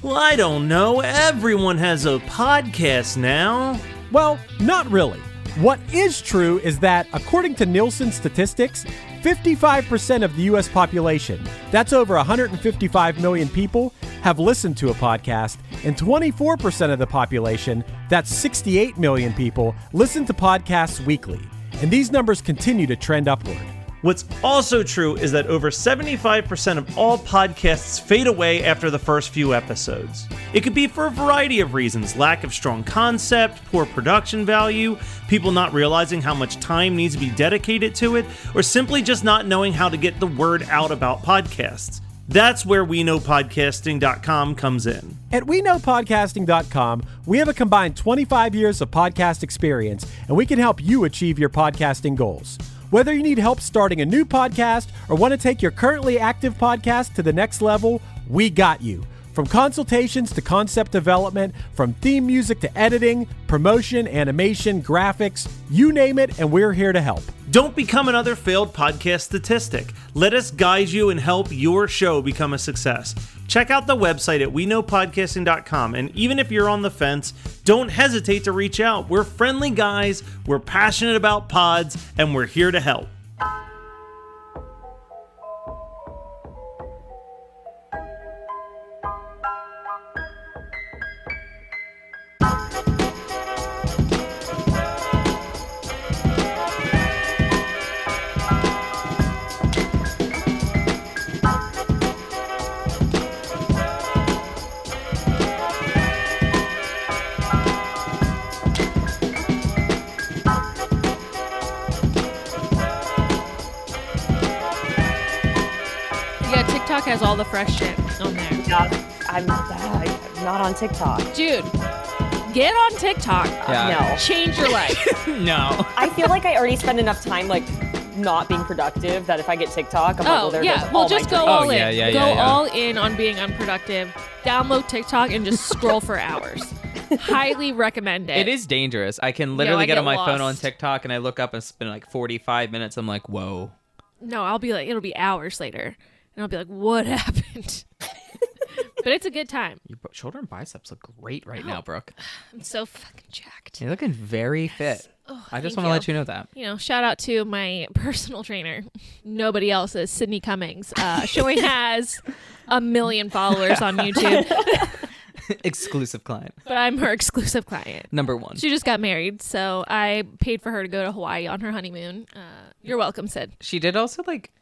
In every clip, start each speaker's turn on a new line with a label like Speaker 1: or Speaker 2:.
Speaker 1: Well, I don't know. Everyone has a podcast now.
Speaker 2: Well, not really. What is true is that, according to Nielsen statistics, 55% of the U.S. population, that's over 155 million people, have listened to a podcast, and 24% of the population, that's 68 million people, listen to podcasts weekly. And these numbers continue to trend upward.
Speaker 1: What's also true is that over 75% of all podcasts fade away after the first few episodes. It could be for a variety of reasons lack of strong concept, poor production value, people not realizing how much time needs to be dedicated to it, or simply just not knowing how to get the word out about podcasts. That's where we know podcasting.com comes in.
Speaker 2: At WeKnowPodcasting.com, we have a combined 25 years of podcast experience, and we can help you achieve your podcasting goals. Whether you need help starting a new podcast or want to take your currently active podcast to the next level, we got you. From consultations to concept development, from theme music to editing, promotion, animation, graphics, you name it, and we're here to help.
Speaker 1: Don't become another failed podcast statistic. Let us guide you and help your show become a success. Check out the website at weknowpodcasting.com. And even if you're on the fence, don't hesitate to reach out. We're friendly guys, we're passionate about pods, and we're here to help.
Speaker 3: Yeah, TikTok has all the fresh shit on there.
Speaker 4: not, I'm, uh, I'm not on TikTok.
Speaker 3: Dude, get on TikTok.
Speaker 4: No.
Speaker 3: Change your life.
Speaker 5: No.
Speaker 4: I feel like I already spend enough time like not being productive that if I get TikTok, I'm like, well,
Speaker 3: oh,
Speaker 4: there
Speaker 3: yeah.
Speaker 4: goes
Speaker 3: Well,
Speaker 4: all my
Speaker 3: just go
Speaker 4: dreams.
Speaker 3: all
Speaker 5: Oh,
Speaker 3: in.
Speaker 5: yeah, yeah,
Speaker 3: go
Speaker 5: yeah, yeah.
Speaker 3: all in on being unproductive. Download TikTok and just scroll for hours. Highly recommend it.
Speaker 5: It is dangerous. I can
Speaker 3: Eh.
Speaker 5: literally
Speaker 3: I
Speaker 5: get, on my
Speaker 3: get
Speaker 5: phone on
Speaker 3: lost.
Speaker 5: TikTok and I look up and spend like 45 minutes. I'm like, whoa.
Speaker 3: No, I'll be like, it'll be hours later. And I'll be like, what happened? but it's a good time.
Speaker 5: Your bu- shoulder and biceps look great right now, Brooke.
Speaker 3: I'm so fucking jacked.
Speaker 5: You're looking very fit. I
Speaker 3: Oh, thank
Speaker 5: just want
Speaker 3: you.
Speaker 5: to let you know that.
Speaker 3: you know, shout out to my personal trainer, nobody else is Sydney Cummings. Uh, she only has a million followers on YouTube,
Speaker 5: Exclusive client.
Speaker 3: but I'm her exclusive client.
Speaker 5: Number one.
Speaker 3: She just got married, so I paid for her to go to Hawaii on her honeymoon. Uh, you're welcome, Sid.
Speaker 5: She did also like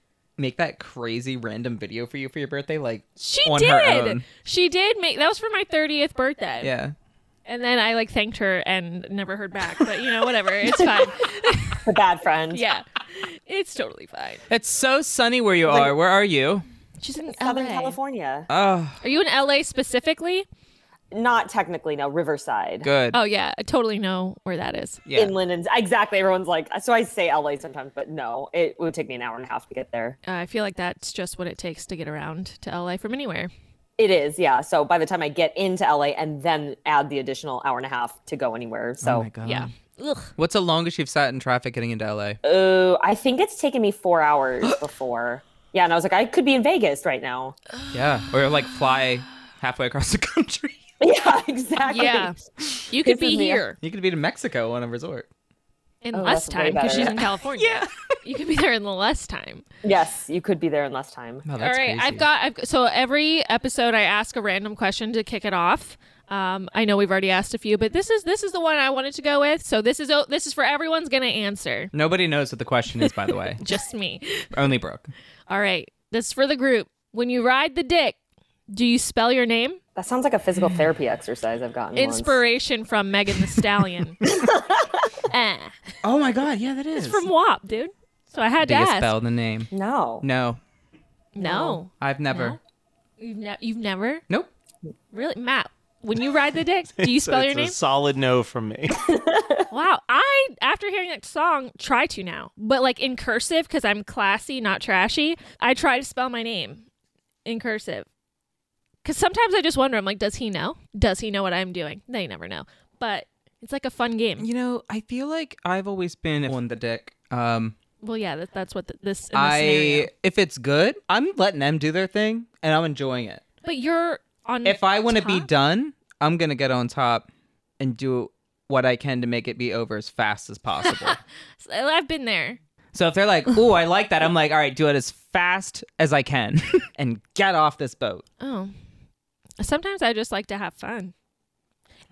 Speaker 5: make that crazy random video for you for your birthday, like
Speaker 3: She
Speaker 5: on
Speaker 3: did.
Speaker 5: her own.
Speaker 3: She did make that was for my 30th birthday.
Speaker 5: Yeah.
Speaker 3: And then I like thanked her and never heard back, but you know, whatever. It's fine.
Speaker 4: The bad friend.
Speaker 3: Yeah. It's totally fine.
Speaker 5: It's so sunny where you are. Where are you?
Speaker 3: She's in
Speaker 4: Southern
Speaker 3: LA.
Speaker 4: California.
Speaker 5: Oh,
Speaker 3: Are you in LA specifically?
Speaker 4: Not technically, no. Riverside.
Speaker 5: good.
Speaker 3: Oh yeah, I totally know where that is.
Speaker 5: yeah. Oh
Speaker 4: Inland and exactly. Everyone's like, so I say LA sometimes, but no, it would take me an hour and a half to get there.
Speaker 3: Uh, I feel like that's just what it takes to get around to LA from anywhere.
Speaker 4: It is, yeah. So by the time I get into LA and then add the additional hour and a half to go anywhere.
Speaker 5: oh
Speaker 4: So,
Speaker 5: my god.
Speaker 3: Yeah. Ugh.
Speaker 5: What's the longest you've sat in traffic getting into LA?
Speaker 4: oh, I think it's taken me four hours before. Yeah. And I was like, I could be in Vegas right now.
Speaker 5: Yeah. Or like fly halfway across the country.
Speaker 4: Yeah, exactly.
Speaker 3: Yeah. You could
Speaker 4: This
Speaker 3: be
Speaker 4: is me.
Speaker 3: here
Speaker 5: You could be to Mexico on a resort.
Speaker 3: in
Speaker 4: Oh,
Speaker 3: less
Speaker 4: that's way
Speaker 3: time because
Speaker 4: better.
Speaker 3: she's in California. You could be there in less time.
Speaker 4: Yes, you could be there in less time.
Speaker 5: No,
Speaker 3: All right, I've got. I've, so every episode, I ask a random question to kick it off. Um, I know we've already asked a few, but this is this is the one I wanted to go with. So this is oh, this is for everyone's gonna answer.
Speaker 5: Nobody knows what the question is, by the way.
Speaker 3: Just me.
Speaker 5: Only Brooke.
Speaker 3: All right, this is for the group. When you ride the dick, do you spell your name?
Speaker 4: That sounds like a physical therapy exercise I've gotten. once.
Speaker 3: Inspiration from Megan the Stallion. Ah.
Speaker 5: Oh my god, yeah, that is.
Speaker 3: from WAP, dude. So I had
Speaker 5: Do
Speaker 3: to
Speaker 5: you
Speaker 3: ask.
Speaker 5: spell the name?
Speaker 4: No.
Speaker 5: No,
Speaker 3: no,
Speaker 5: I've never.
Speaker 3: You've, ne- you've never.
Speaker 5: Nope.
Speaker 3: Really, Matt, when you ride the dick, do you
Speaker 1: So
Speaker 3: spell
Speaker 1: it's
Speaker 3: your
Speaker 1: a
Speaker 3: name?
Speaker 1: solid no from me.
Speaker 3: Wow. I, after hearing that song, try to now, but like in cursive, because I'm classy, not trashy, I try to spell my name in cursive. Because sometimes I just wonder, I'm like, does he know? Does he know what I'm doing? They never know. But it's like a fun game.
Speaker 5: You know, I feel like I've always been on the dick. Um,
Speaker 3: Well, yeah, that, that's what th- this, in this scenario.
Speaker 5: I if it's good, I'm letting them do their thing and I'm enjoying it.
Speaker 3: But you're on.
Speaker 5: If I want to be
Speaker 3: Mm, top.
Speaker 5: done, I'm gonna get on top and do what I can to make it be over as fast as possible.
Speaker 3: I've been there.
Speaker 5: so if they're like, "Ooh, I like that," I'm like, "All right, do it as fast as I can and get off this boat."
Speaker 3: Oh. Sometimes I just like to have fun.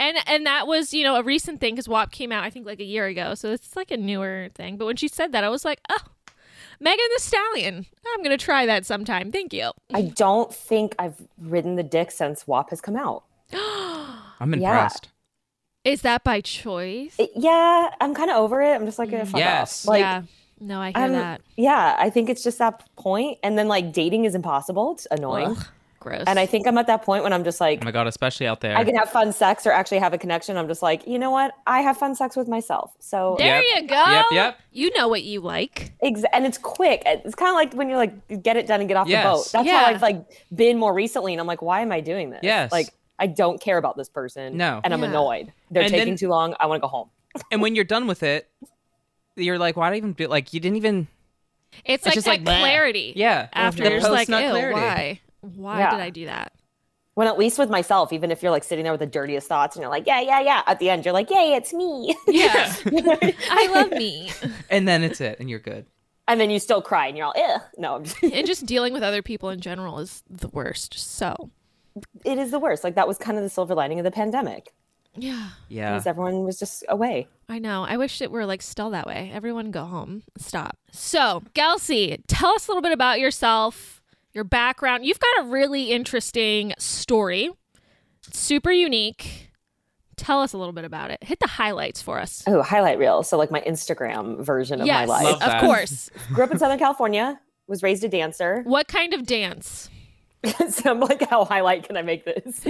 Speaker 3: And and that was, you know, a recent thing cuz WAP came out I think like a year ago. So it's like a newer thing. But when she said that, I was like, "Oh, Megan the Stallion. I'm going to try that sometime. Thank you."
Speaker 4: I don't think I've ridden the dick since WAP has come out.
Speaker 5: I'm
Speaker 4: Yeah.
Speaker 5: impressed.
Speaker 3: Is that by choice?
Speaker 4: It- yeah, I'm kind of over it. I'm just like, eh, fuck
Speaker 5: Yes.
Speaker 4: off. Like,
Speaker 3: yeah. No, I hear
Speaker 4: I'm-
Speaker 3: that.
Speaker 4: yeah, I think it's just that point. And then like dating is impossible. It's annoying.
Speaker 3: Ugh, gross.
Speaker 4: And I think I'm at that point when I'm just like,
Speaker 5: Oh my god, especially out there.
Speaker 4: I can have fun sex or actually have a connection. I'm just like, you know what? I have fun sex with myself. So,
Speaker 3: There
Speaker 5: Yep.
Speaker 3: you go.
Speaker 5: Yep, yep.
Speaker 3: You know what you like.
Speaker 4: ex- and it's quick. It's kind of like when you're like, get it done and get off
Speaker 5: Yes.
Speaker 4: the boat. That's
Speaker 3: Yeah.
Speaker 4: how I've like been more recently. And I'm like, why am I doing this?
Speaker 5: Yes.
Speaker 4: Like, I don't care about this person.
Speaker 5: No.
Speaker 4: And I'm
Speaker 3: Yeah.
Speaker 4: annoyed. They're
Speaker 5: And
Speaker 4: taking
Speaker 5: then-
Speaker 4: too long. I want to go home.
Speaker 5: and when you're done with it, you're like, "Why did I even do?" Like you didn't even.
Speaker 3: It's, like
Speaker 5: just
Speaker 3: that
Speaker 5: like, bleh.
Speaker 3: clarity.
Speaker 5: Yeah.
Speaker 3: After
Speaker 5: The
Speaker 3: you're just like,
Speaker 5: post-nut
Speaker 3: "Ew,
Speaker 5: clarity.
Speaker 3: why? Why
Speaker 4: Yeah.
Speaker 3: did I do that?"
Speaker 4: When at least with myself, even if you're like sitting there with the dirtiest thoughts and you're like, yeah, yeah, yeah. At the end, you're like, yay, it's me.
Speaker 3: Yeah. I love me.
Speaker 5: And then it's it, and you're good.
Speaker 4: and then you still cry and you're all, eh. No, I'm just-
Speaker 3: and just dealing with other people in general is the worst. So
Speaker 4: it is the worst. Like that was kind of the silver lining of the pandemic.
Speaker 3: yeah,
Speaker 5: Yeah.
Speaker 4: Because everyone was just away.
Speaker 3: I know. I wish it were like still that way. Everyone go home. Stop. So Kelsey, tell us a little bit about yourself, your background. You've got a really interesting story. It's super unique. Tell us a little bit about it. Hit the highlights for us.
Speaker 4: Oh, highlight reel. So like my Instagram version of
Speaker 3: yes,
Speaker 4: my life.
Speaker 5: Love
Speaker 3: of
Speaker 5: that.
Speaker 3: course.
Speaker 4: Grew up in Southern California. Was raised a dancer.
Speaker 3: What kind of dance?
Speaker 4: so I'm like, how highlight can I make this?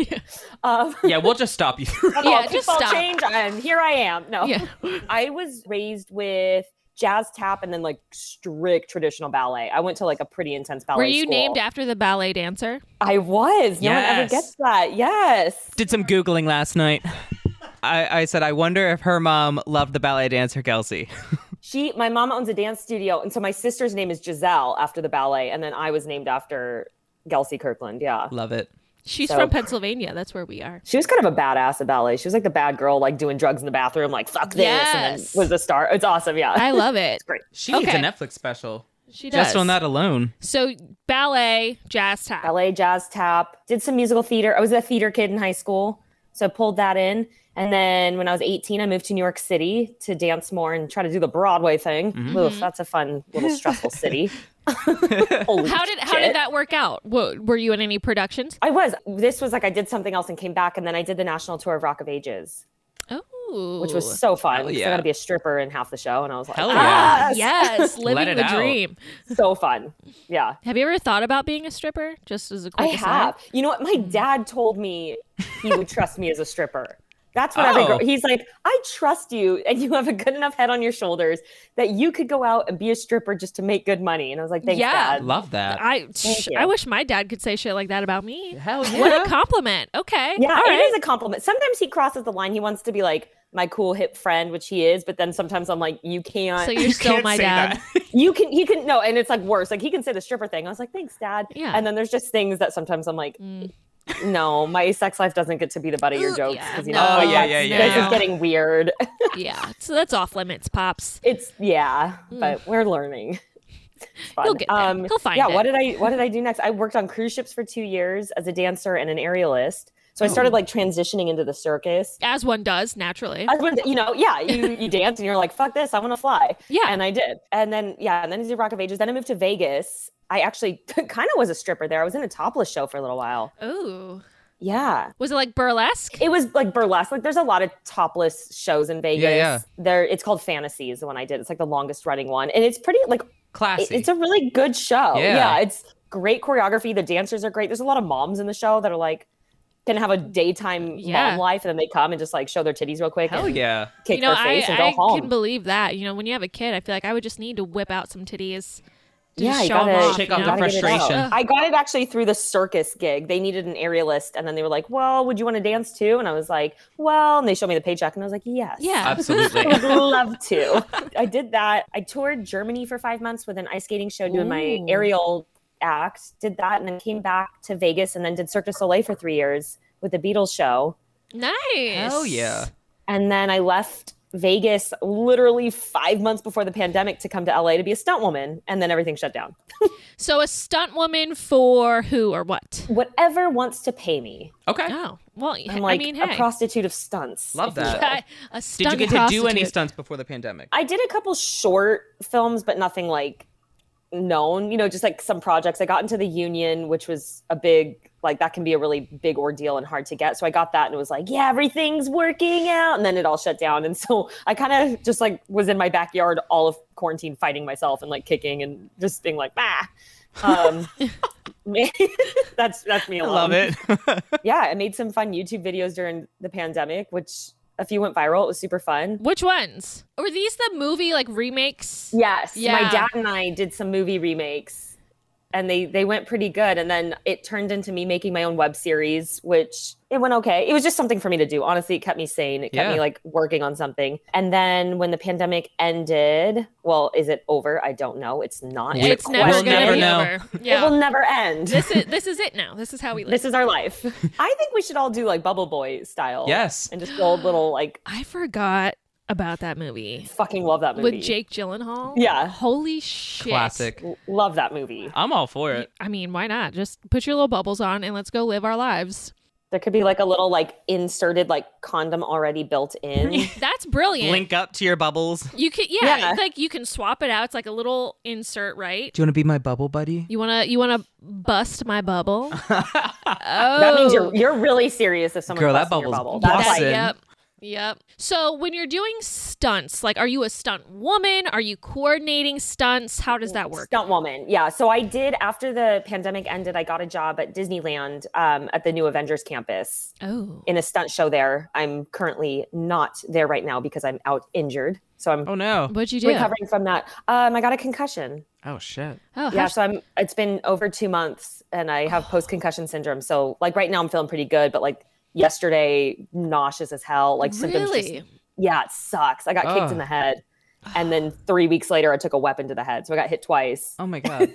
Speaker 4: Um,
Speaker 5: yeah, we'll just stop you.
Speaker 3: Yeah,
Speaker 4: yeah,
Speaker 3: just
Speaker 4: just
Speaker 3: stop.
Speaker 4: change. And here I am. No,
Speaker 3: Yeah.
Speaker 4: I was raised with jazz tap and then like strict traditional ballet. I went to like a pretty intense ballet.
Speaker 3: Were you
Speaker 4: school.
Speaker 3: named after the ballet dancer?
Speaker 4: I was. No one ever
Speaker 5: Yes.
Speaker 4: gets that. Yes.
Speaker 5: Did some googling last night. I, I said, I wonder if her mom loved the ballet dancer Kelsey.
Speaker 4: She, my mom owns a dance studio, and so my sister's name is Giselle after the ballet, and then I was named after Gelsey Kirkland. Yeah.
Speaker 5: Love it.
Speaker 3: She's
Speaker 4: So-
Speaker 3: from Pennsylvania. That's where we are.
Speaker 4: She was kind of a badass at ballet. She was like the bad girl, like doing drugs in the bathroom, like fuck this, and then
Speaker 3: Yes.
Speaker 4: was the star. It's awesome, yeah.
Speaker 3: I love it.
Speaker 5: She
Speaker 3: needs
Speaker 5: needs
Speaker 3: a
Speaker 5: a
Speaker 3: Okay.
Speaker 5: Netflix special
Speaker 3: She does.
Speaker 5: just on that alone.
Speaker 3: So ballet, jazz tap.
Speaker 4: ballet, jazz, tap. Did some musical theater. I was a theater kid in high school, so pulled that in. And then when I was 18, I moved to New York City to dance more and try to do the Broadway thing.
Speaker 3: Mm-hmm.
Speaker 4: Oof, that's a fun little stressful city. Holy
Speaker 3: How did how
Speaker 4: shit.
Speaker 3: did that work out? Wha- were you in any productions?
Speaker 4: I was. This was like I did something else and came back, and then I did the national tour of Rock of Ages,
Speaker 3: Oh,
Speaker 4: which was so fun.
Speaker 5: Hell
Speaker 4: because I
Speaker 5: yeah.
Speaker 4: got to be a stripper in half the show, and I was like,
Speaker 5: Hell
Speaker 4: ah,
Speaker 3: yes,
Speaker 5: Let
Speaker 3: living
Speaker 5: it
Speaker 3: the
Speaker 5: out.
Speaker 3: dream.
Speaker 4: so fun. Yeah.
Speaker 3: Have you ever thought about being a stripper? Just as a
Speaker 4: I
Speaker 3: quick aside.
Speaker 4: have. You know what? My dad told me he would trust me as a stripper. That's what every
Speaker 5: Oh.
Speaker 4: girl. He's like, I trust you, and you have a good enough head on your shoulders that you could go out and be a stripper just to make good money. And I was like, Thanks,
Speaker 3: Yeah.
Speaker 4: Dad.
Speaker 5: Love that.
Speaker 3: I sh-
Speaker 4: you.
Speaker 3: I wish my dad could say shit like that about me.
Speaker 5: Hell
Speaker 3: What a compliment. Okay.
Speaker 4: Yeah,
Speaker 3: All
Speaker 4: it
Speaker 3: right.
Speaker 4: is a compliment. Sometimes he crosses the line. He wants to be like my cool hip friend, which he is. But then sometimes I'm like, you can't.
Speaker 3: so you're still
Speaker 5: can't
Speaker 3: my
Speaker 5: say
Speaker 3: dad.
Speaker 4: you can. He can. No, and it's like worse. Like he can say the stripper thing. I was like, Thanks, Dad.
Speaker 3: Yeah.
Speaker 4: And then there's just things that sometimes I'm like.
Speaker 3: Mm.
Speaker 4: No, my sex life doesn't get to be the butt of your
Speaker 3: Ooh,
Speaker 4: jokes
Speaker 3: yeah,
Speaker 4: 'cause, you
Speaker 3: no,
Speaker 4: know,
Speaker 5: Oh, yeah,
Speaker 4: that's-
Speaker 5: yeah, yeah,
Speaker 4: This
Speaker 3: yeah.
Speaker 4: is getting weird.
Speaker 3: yeah. So that's off limits, pops.
Speaker 4: It's yeah, but we're learning. It's
Speaker 3: Mm.
Speaker 4: fun. Um,
Speaker 3: He'll get there. He'll find
Speaker 4: yeah,
Speaker 3: it.
Speaker 4: what did I what did I do next? I worked on cruise ships for two years as a dancer and an aerialist. So I started like transitioning into the circus.
Speaker 3: As one does naturally.
Speaker 4: I went, you know, yeah, you, you dance and you're like, fuck this, I want to fly.
Speaker 3: Yeah.
Speaker 4: And I did. And then, yeah, and then I did Rock of Ages. Then I moved to Vegas. I actually kind of was a stripper there. I was in a topless show for a little while.
Speaker 3: oh.
Speaker 4: Yeah.
Speaker 3: Was it like burlesque?
Speaker 4: It was like burlesque. Like there's a lot of topless shows in Vegas.
Speaker 5: yeah.
Speaker 4: There it's called Fantasy is the one I did. It's like the longest running one. And it's pretty like it-
Speaker 5: Classy.
Speaker 4: it's a really good show.
Speaker 5: Yeah.
Speaker 4: Yeah. it's great choreography. The dancers are great. There's a lot of moms in the show that are like, can have a daytime
Speaker 3: Yeah.
Speaker 4: mom life, and then they come and just like show their titties real quick.
Speaker 5: Hell
Speaker 4: and
Speaker 5: yeah.
Speaker 4: Kick
Speaker 3: you know,
Speaker 4: their face
Speaker 3: I,
Speaker 4: and go
Speaker 3: I
Speaker 4: home.
Speaker 3: can believe that. You know, when you have a kid, I feel like I would just need to whip out some titties. To
Speaker 4: Yeah,
Speaker 3: just
Speaker 4: you
Speaker 3: show 'em
Speaker 4: gotta-
Speaker 3: off,
Speaker 5: Shake
Speaker 3: you
Speaker 5: off the
Speaker 3: know?
Speaker 4: Gotta get it out.
Speaker 5: frustration.
Speaker 3: Ugh.
Speaker 4: I got it actually through the circus gig. They needed an aerialist, and then they were like, "Well, would you want to dance too?" And I was like, "Well," and they showed me the paycheck, and I was like, "Yes,
Speaker 3: Yeah.
Speaker 4: I
Speaker 5: Absolutely.
Speaker 4: would love to." I did that. I toured Germany for five months with an ice skating show doing my
Speaker 3: Ooh.
Speaker 4: aerial act. Did that, and then came back to Vegas, and then did Cirque du Soleil for three years with the Beatles show.
Speaker 3: Nice.
Speaker 5: Hell yeah.
Speaker 4: And then I left Vegas literally five months before the pandemic to come to LA to be a stunt woman, and then everything shut down.
Speaker 3: So a stunt woman for who or what?
Speaker 4: Whatever wants to pay me.
Speaker 5: Okay.
Speaker 3: Oh, well,
Speaker 4: I'm like
Speaker 3: I mean,
Speaker 4: a
Speaker 3: hey.
Speaker 4: prostitute of stunts.
Speaker 5: Love
Speaker 4: if you
Speaker 5: that.
Speaker 4: will.
Speaker 3: a
Speaker 5: Did
Speaker 3: stunt
Speaker 5: you get to do any
Speaker 3: prostitute.
Speaker 5: stunts before the pandemic?
Speaker 4: I did a couple short films, but nothing like known, you know, just like some projects. I got into the union, which was a big, like, that can be a really big ordeal and hard to get. So I got that and it was like, yeah, everything's working out. And then it all shut down. And so I kind of just like was in my backyard all of quarantine fighting myself and like kicking and just being like, ah. Um, that's that's me
Speaker 5: I
Speaker 4: alone
Speaker 5: love it.
Speaker 4: yeah, I made some fun YouTube videos during the pandemic, which a few went viral. It was super fun.
Speaker 3: Which ones? Were these the movie like remakes?
Speaker 4: Yes,
Speaker 3: Yeah.
Speaker 4: my dad and I did some movie remakes, and they they went pretty good. And then it turned into me making my own web series, which it went okay. It was just something for me to do. Honestly, it kept me sane. It kept
Speaker 5: Yeah.
Speaker 4: me like working on something. And then when the pandemic ended, well, is it over? I don't know. It's not.
Speaker 5: We-
Speaker 4: a
Speaker 3: It's never
Speaker 5: We'll
Speaker 3: gonna
Speaker 5: never
Speaker 3: be
Speaker 5: know.
Speaker 3: over.
Speaker 4: It will
Speaker 3: Yeah.
Speaker 4: never end.
Speaker 3: this is this is it now. This is how we live.
Speaker 4: This is our life. I think we should all do like Bubble Boy style.
Speaker 5: Yes.
Speaker 4: And just build little like
Speaker 3: I forgot about that movie
Speaker 4: fucking love that movie.
Speaker 3: with Jake Gyllenhaal.
Speaker 4: Yeah.
Speaker 3: Holy shit.
Speaker 5: Classic.
Speaker 4: L- Love that movie.
Speaker 5: I'm all for it.
Speaker 3: I mean, why not? Just put your little bubbles on and let's go live our lives.
Speaker 4: There could be like a little like inserted like condom already built in.
Speaker 3: That's brilliant.
Speaker 5: Link up to your bubbles. Do
Speaker 3: You can yeah,
Speaker 4: Yeah.
Speaker 3: it's like you can swap it out. It's like a little insert, right?
Speaker 5: you want to be my bubble buddy?
Speaker 3: You wanna you wanna bust my bubble? oh,
Speaker 4: That means you're you're really serious if someone
Speaker 5: Girl, that
Speaker 4: busts in your
Speaker 5: bubble's
Speaker 4: bubble.
Speaker 5: blossoming.
Speaker 4: That's like
Speaker 5: Awesome.
Speaker 3: Yep. Yep. So when you're doing stunts, like are you a stunt woman? Are you coordinating stunts? How does that work?
Speaker 4: stunt woman. Yeah. So I did after the pandemic ended, I got a job at Disneyland um, at the new Avengers campus
Speaker 3: Oh.
Speaker 4: in a stunt show there. I'm currently not there right now because I'm out injured. So I'm
Speaker 5: Oh no.
Speaker 3: What'd you do?
Speaker 4: recovering from that. Um, I got a concussion.
Speaker 5: Oh shit.
Speaker 3: Oh,
Speaker 4: yeah
Speaker 3: how's-
Speaker 4: so i'm it's been over two months and i
Speaker 5: Oh.
Speaker 4: have post-concussion syndrome so like right now i'm feeling pretty good but like yesterday nauseous as hell like symptoms just-
Speaker 3: Really?
Speaker 4: yeah it sucks i got kicked in
Speaker 5: Ugh.
Speaker 4: the head and then three weeks later i took a weapon to the head so i got hit twice
Speaker 5: Oh my god.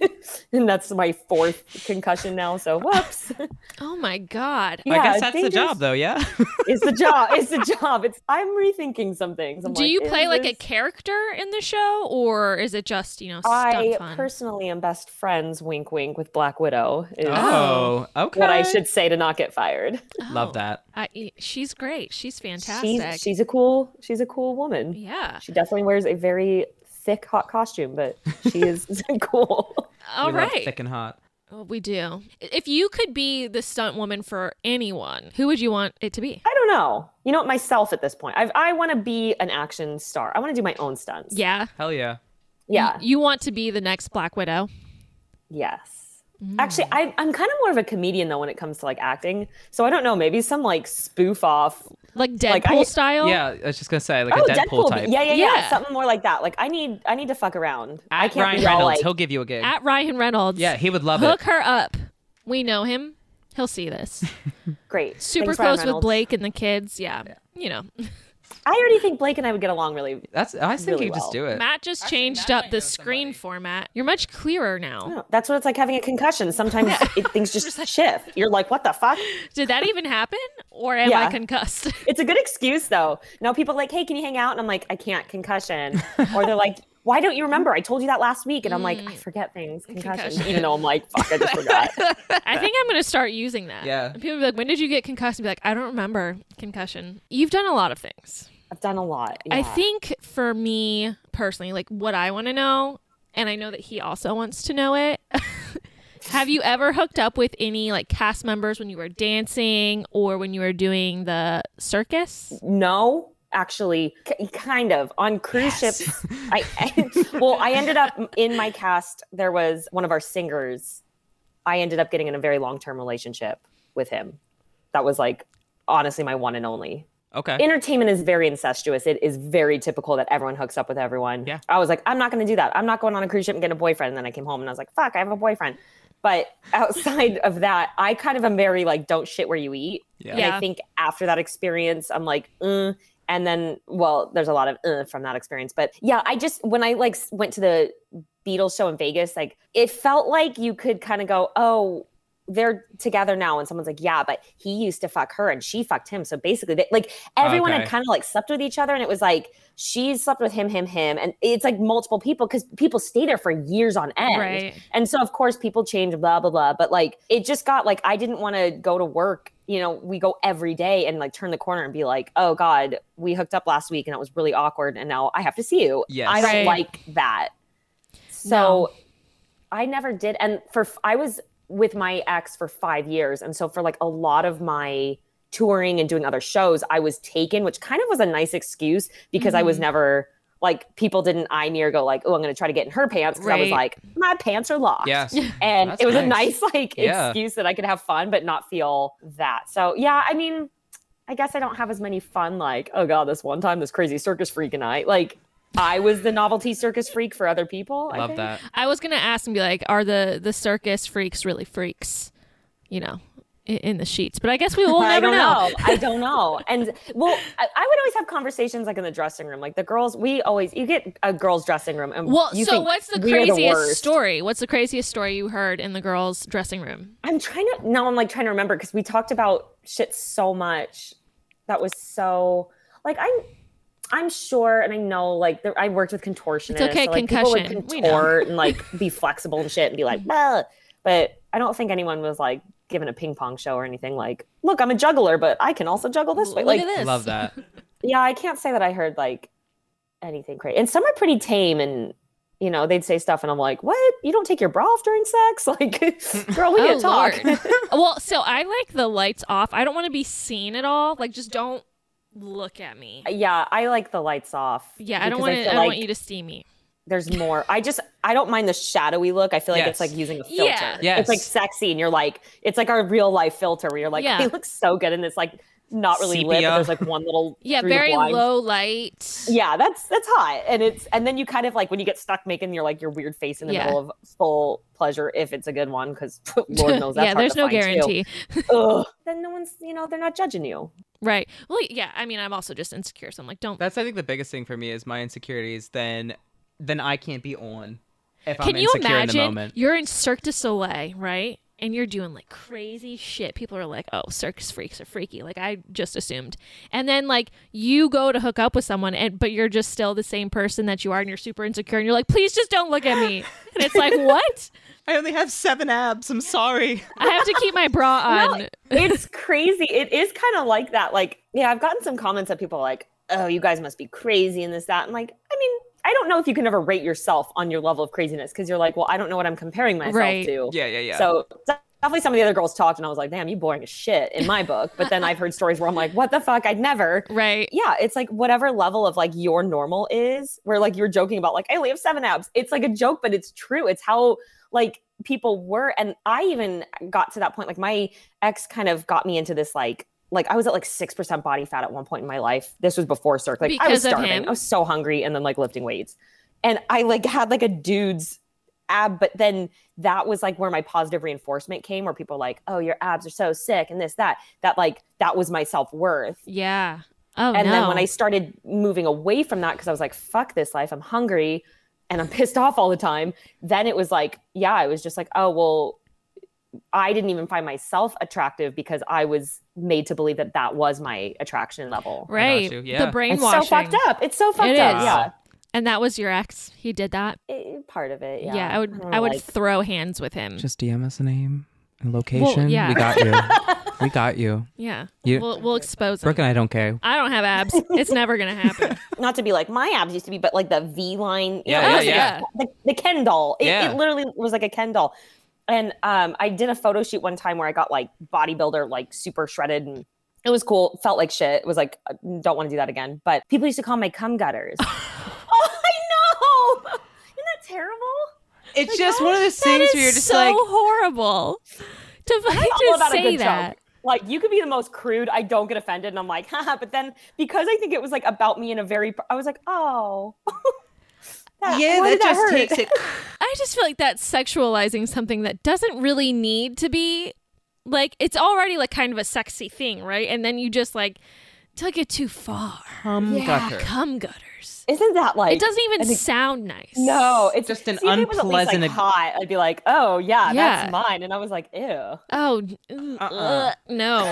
Speaker 4: and that's my fourth concussion now so whoops
Speaker 3: oh my god.
Speaker 5: I
Speaker 4: Yeah,
Speaker 5: guess that's
Speaker 4: dangerous
Speaker 5: the job though, yeah?
Speaker 4: it's the job it's the job it's i'm rethinking some things I'm
Speaker 3: Do you
Speaker 4: is
Speaker 3: play like a
Speaker 4: this-
Speaker 3: character in the show or is it just, you know, stunt
Speaker 4: I
Speaker 3: fun?
Speaker 4: personally am best friends wink wink with black widow is
Speaker 5: Oh, okay.
Speaker 4: what i should say to not get fired
Speaker 5: Love
Speaker 3: Oh.
Speaker 5: that.
Speaker 3: I, she's great. She's fantastic.
Speaker 4: she's she's a cool she's a cool woman.
Speaker 3: yeah.
Speaker 4: She definitely wears a very thick hot costume, but she is cool.
Speaker 3: All
Speaker 5: we
Speaker 3: right.
Speaker 5: Love thick and hot.
Speaker 3: Well, we do. If you could be the stunt woman for anyone, who would you want it to be?
Speaker 4: I don't know. You know what? Myself at this point, I've, I want to be an action star. I want to do my own stunts.
Speaker 3: Yeah. Mm-hmm.
Speaker 5: Hell yeah.
Speaker 4: yeah,
Speaker 3: You want to be the next Black Widow?
Speaker 4: yes.
Speaker 3: Mm.
Speaker 4: Actually, I, I'm kind of more of a comedian though when it comes to like acting. So I don't know. Maybe some like spoof off.
Speaker 3: Like Deadpool
Speaker 4: Like, I-
Speaker 3: style?
Speaker 5: Yeah, I was just gonna say like
Speaker 4: oh,
Speaker 5: a Deadpool, type.
Speaker 4: Yeah, yeah, yeah,
Speaker 3: Yeah.
Speaker 4: Something more like that. Like I need I need to fuck around. I
Speaker 5: At
Speaker 4: can't
Speaker 5: Ryan
Speaker 4: be all
Speaker 5: Reynolds,
Speaker 4: like
Speaker 5: he'll give you a gig.
Speaker 3: At Ryan Reynolds.
Speaker 5: yeah, he would love
Speaker 3: Hook
Speaker 5: it.
Speaker 3: her up. We know him. He'll see this.
Speaker 4: great.
Speaker 3: Super
Speaker 4: Thanks, Ryan
Speaker 3: close with
Speaker 4: Reynolds.
Speaker 3: Blake and the kids. Yeah. You know,
Speaker 4: I already think Blake and I would get along really.
Speaker 5: That's I think
Speaker 4: really
Speaker 5: you just
Speaker 4: well.
Speaker 5: do it.
Speaker 3: Matt just changed up the screen format. You're much clearer now.
Speaker 4: That's what it's like having a concussion. Sometimes it, things just shift. You're like, what the fuck?
Speaker 3: Did that even happen? Or am I
Speaker 4: Yeah.
Speaker 3: concussed?
Speaker 4: It's a good excuse though. Now people are like, hey, can you hang out? And I'm like, I can't, concussion. or they're like, why don't you remember? I told you that last week. And I'm like, I forget things, concussion.
Speaker 3: Mm. Concussion.
Speaker 4: Even though I'm like, fuck, I just forgot.
Speaker 3: I think I'm going to start using that.
Speaker 5: Yeah.
Speaker 3: People be like, when did you get concussed? And be like, I don't remember concussion. You've done a lot of things.
Speaker 4: I've done a lot.
Speaker 3: I
Speaker 4: yeah.
Speaker 3: think for me personally, like what I want to know, and I know that he also wants to know it. Have you ever hooked up with any like cast members when you were dancing or when you were doing the circus?
Speaker 4: No, actually, k- kind of. On cruise ships, I, I well, I ended up in my cast. There was one of our singers. I ended up getting in a very long term relationship with him. that was like honestly my one and only.
Speaker 5: Okay.
Speaker 4: Entertainment is very incestuous. It is very typical that everyone hooks up with everyone.
Speaker 5: Yeah.
Speaker 4: I was like, I'm not going to do that. I'm not going on a cruise ship and getting a boyfriend. And then I came home and I was like, fuck, I have a boyfriend. But outside of that, I kind of am very like, don't shit where you eat.
Speaker 5: Yeah.
Speaker 4: And
Speaker 3: Yeah.
Speaker 4: I think after that experience, I'm like, mm. and then, well, there's a lot of uh, from that experience. But yeah, I just, when I like s- went to the Beatles show in Vegas, like it felt like you could kind of go, oh, they're together now. And someone's like, yeah, but he used to fuck her and she fucked him. So basically, they, like everyone
Speaker 5: Okay.
Speaker 4: had kind of like slept with each other. And it was like, she slept with him, him, him. And it's like multiple people because people stay there for years on end.
Speaker 3: Right.
Speaker 4: And so, of course, people change, blah, blah, blah. But like, it just got like, I didn't want to go to work. You know, we go every day and like turn the corner and be like, oh God, we hooked up last week and it was really awkward. And now I have to see you.
Speaker 5: Yes.
Speaker 4: I don't
Speaker 3: Right.
Speaker 4: like that. So I never did. And for, I was with my ex for five years. And so, for like a lot of my, touring and doing other shows, I was taken, which kind of was a nice excuse because I was never like people didn't eye me or go like, oh, I'm gonna try to get in her pants because I was
Speaker 3: Right.
Speaker 4: like, my pants are locked.
Speaker 5: Yes.
Speaker 4: And
Speaker 5: That's
Speaker 4: it was a
Speaker 5: nice.
Speaker 4: nice like
Speaker 5: Yeah.
Speaker 4: excuse that I could have fun but not feel that. So yeah, I mean, I guess I don't have as many fun like, oh god, this one time this crazy circus freak and I like I was the novelty circus freak for other people. I
Speaker 5: Love
Speaker 4: think.
Speaker 5: that.
Speaker 3: I was gonna ask and be like, are the the circus freaks really freaks? You know, i- in the sheets. But I guess we will
Speaker 4: I
Speaker 3: never
Speaker 4: don't
Speaker 3: know.
Speaker 4: know. I don't know. And well, I, I would always have conversations like in the dressing room. Like the girls, we always you get a girls' dressing room. And
Speaker 3: Well,
Speaker 4: you
Speaker 3: so
Speaker 4: think
Speaker 3: what's the
Speaker 4: we are
Speaker 3: craziest
Speaker 4: worst.
Speaker 3: story? What's the craziest story you heard in the girls' dressing room?
Speaker 4: I'm trying to now. I'm like trying to remember because we talked about shit so much. That was so like I'm. I'm sure, and I know, like there, I worked with contortionists.
Speaker 3: okay,
Speaker 4: so, like, people would
Speaker 3: concussion. We know.
Speaker 4: contort and like be flexible and shit, and be like, "Bah." but I don't think anyone was like given a ping pong show or anything. Like, look, I'm a juggler, but I can also juggle this way.
Speaker 3: Look
Speaker 4: Like,
Speaker 3: at this.
Speaker 5: Love that.
Speaker 4: yeah, I can't say that I heard like anything crazy. And some are pretty tame and you know, they'd say stuff and I'm like, "What? You don't take your bra off during sex?" Like, girl, we
Speaker 3: Oh,
Speaker 4: can talk.
Speaker 3: Lord. well, so I like the lights off. I don't want to be seen at all. Like, just don't look at me.
Speaker 4: yeah, I like the lights off.
Speaker 3: Yeah, I don't
Speaker 4: because
Speaker 3: want to. I,
Speaker 4: feel
Speaker 3: don't
Speaker 4: like
Speaker 3: want you to see me.
Speaker 4: there's more. I just I don't mind the shadowy look. I feel like it's
Speaker 5: Yes.
Speaker 4: like using a filter.
Speaker 3: Yeah.
Speaker 5: Yes.
Speaker 4: It's like sexy and you're like it's like our real life filter where you're like,
Speaker 3: Yeah.
Speaker 4: "He looks so good in this like not really lit,
Speaker 5: Sepia.
Speaker 4: but there's like one little
Speaker 3: Yeah,
Speaker 4: through the
Speaker 3: very
Speaker 4: blinds.
Speaker 3: low light.
Speaker 4: yeah that's that's hot and it's and then you kind of like when you get stuck making your like your weird face in the
Speaker 3: Yeah.
Speaker 4: middle of full pleasure if it's a good one because lord knows that's
Speaker 3: yeah,
Speaker 4: hard
Speaker 3: there's
Speaker 4: to
Speaker 3: no
Speaker 4: find, too.
Speaker 3: guarantee.
Speaker 4: Ugh. then no one's you know they're not judging you
Speaker 3: Right. Well, yeah. I mean, I'm also just insecure, so I'm like, don't.
Speaker 5: That's I think the biggest thing for me is my insecurities. Then, then I can't be on if I'm
Speaker 3: Can you
Speaker 5: insecure in the
Speaker 3: imagine?
Speaker 5: moment.
Speaker 3: You're in Cirque du Soleil, right? And you're doing like crazy shit. People are like, "Oh, circus freaks are freaky." Like I just assumed. And then like you go to hook up with someone, and but you're just still the same person that you are, and you're super insecure, and you're like, "Please just don't look at me." And it's like, "What?
Speaker 5: I only have seven abs. I'm sorry.
Speaker 3: I have to keep my bra on."
Speaker 4: it's crazy it is kind of like that like yeah i've gotten some comments that people are like oh you guys must be crazy and this that and like i mean i don't know if you can ever rate yourself on your level of craziness because you're like well i don't know what i'm comparing myself
Speaker 3: Right.
Speaker 4: to
Speaker 5: Yeah, yeah, yeah.
Speaker 4: So de- definitely some of the other girls talked and I was like, damn, you boring as shit in my book. But then I've heard stories where I'm like, what the fuck? I'd never.
Speaker 3: Right.
Speaker 4: Yeah, it's like whatever level of like your normal is, where like you're joking about like, I only have seven abs. It's like a joke, but it's true. It's how like people were. And I even got to that point. Like my ex kind of got me into this like, like I was at like six percent body fat at one point in my life. This was before Cirque. Like I was
Speaker 3: Because of him?
Speaker 4: starving. I was so hungry, and then like lifting weights, and I like had like a dude's ab, but then that was like where my positive reinforcement came, where people were like, oh, your abs are so sick, and this that that like that was my self worth.
Speaker 3: Yeah. Oh
Speaker 4: and
Speaker 3: no.
Speaker 4: then when I started moving away from that, because I was like, fuck this life, I'm hungry, and I'm pissed off all the time. Then it was like, yeah, I was just like, oh well. I didn't even find myself attractive because I was made to believe that that was my attraction level.
Speaker 3: right.
Speaker 5: you, yeah.
Speaker 3: The
Speaker 4: It's
Speaker 3: brainwashing.
Speaker 4: so fucked up. It's so fucked
Speaker 3: It
Speaker 4: up.
Speaker 3: is.
Speaker 4: Yeah.
Speaker 3: And that was your ex. He did that.
Speaker 4: It- part of it.
Speaker 3: Yeah.
Speaker 4: Yeah.
Speaker 3: I would.
Speaker 4: don't
Speaker 3: I would
Speaker 4: like-
Speaker 3: throw hands with him.
Speaker 5: Just DM us a name and location.
Speaker 3: location. We yeah.
Speaker 5: We got you. we got you.
Speaker 3: yeah.
Speaker 5: You-
Speaker 3: We'll we'll expose him.
Speaker 5: Brooke and I don't care.
Speaker 3: I don't have abs. It's never gonna happen.
Speaker 4: not to be like my abs used to be, but like the V line. you
Speaker 5: Yeah,
Speaker 4: know, it was like
Speaker 5: yeah,
Speaker 4: a-
Speaker 3: yeah.
Speaker 4: The, the Ken doll. It,
Speaker 5: Uh, Yeah.
Speaker 4: it literally was like a Ken doll. And um, I did a photo shoot one time where I got like bodybuilder, like super shredded and it was cool. Felt like shit. It was like, I don't want to do that again. But people used to call my cum gutters. oh, I know. Isn't that terrible?
Speaker 5: It's just one of those
Speaker 3: oh, That
Speaker 5: things
Speaker 3: is
Speaker 5: where you're just
Speaker 3: so
Speaker 5: like,
Speaker 3: horrible to fucking
Speaker 4: all about a
Speaker 3: say
Speaker 4: good
Speaker 3: that.
Speaker 4: joke. Like you could be the most crude. I don't get offended, and I'm like, haha. But then because I think it was like about me in a very, I was like, oh, That-
Speaker 5: yeah,
Speaker 4: why
Speaker 5: that
Speaker 4: did
Speaker 5: just
Speaker 4: hurt?
Speaker 5: takes it.
Speaker 3: I just feel like that's sexualizing something that doesn't really need to be. Like it's already like kind of a sexy thing, right? And then you just like took it too far.
Speaker 5: Cum gutter.
Speaker 3: Cum gutters.
Speaker 4: Isn't that like
Speaker 3: It doesn't even
Speaker 4: I think-
Speaker 3: sound nice.
Speaker 4: No, it's
Speaker 5: Just an
Speaker 4: see, if it was at least, like,
Speaker 5: unpleasant-
Speaker 4: hot. I'd be like, oh
Speaker 3: Yeah.
Speaker 4: yeah, that's mine, and I was like, ew.
Speaker 3: Oh n-
Speaker 5: Uh-uh.
Speaker 3: uh, no!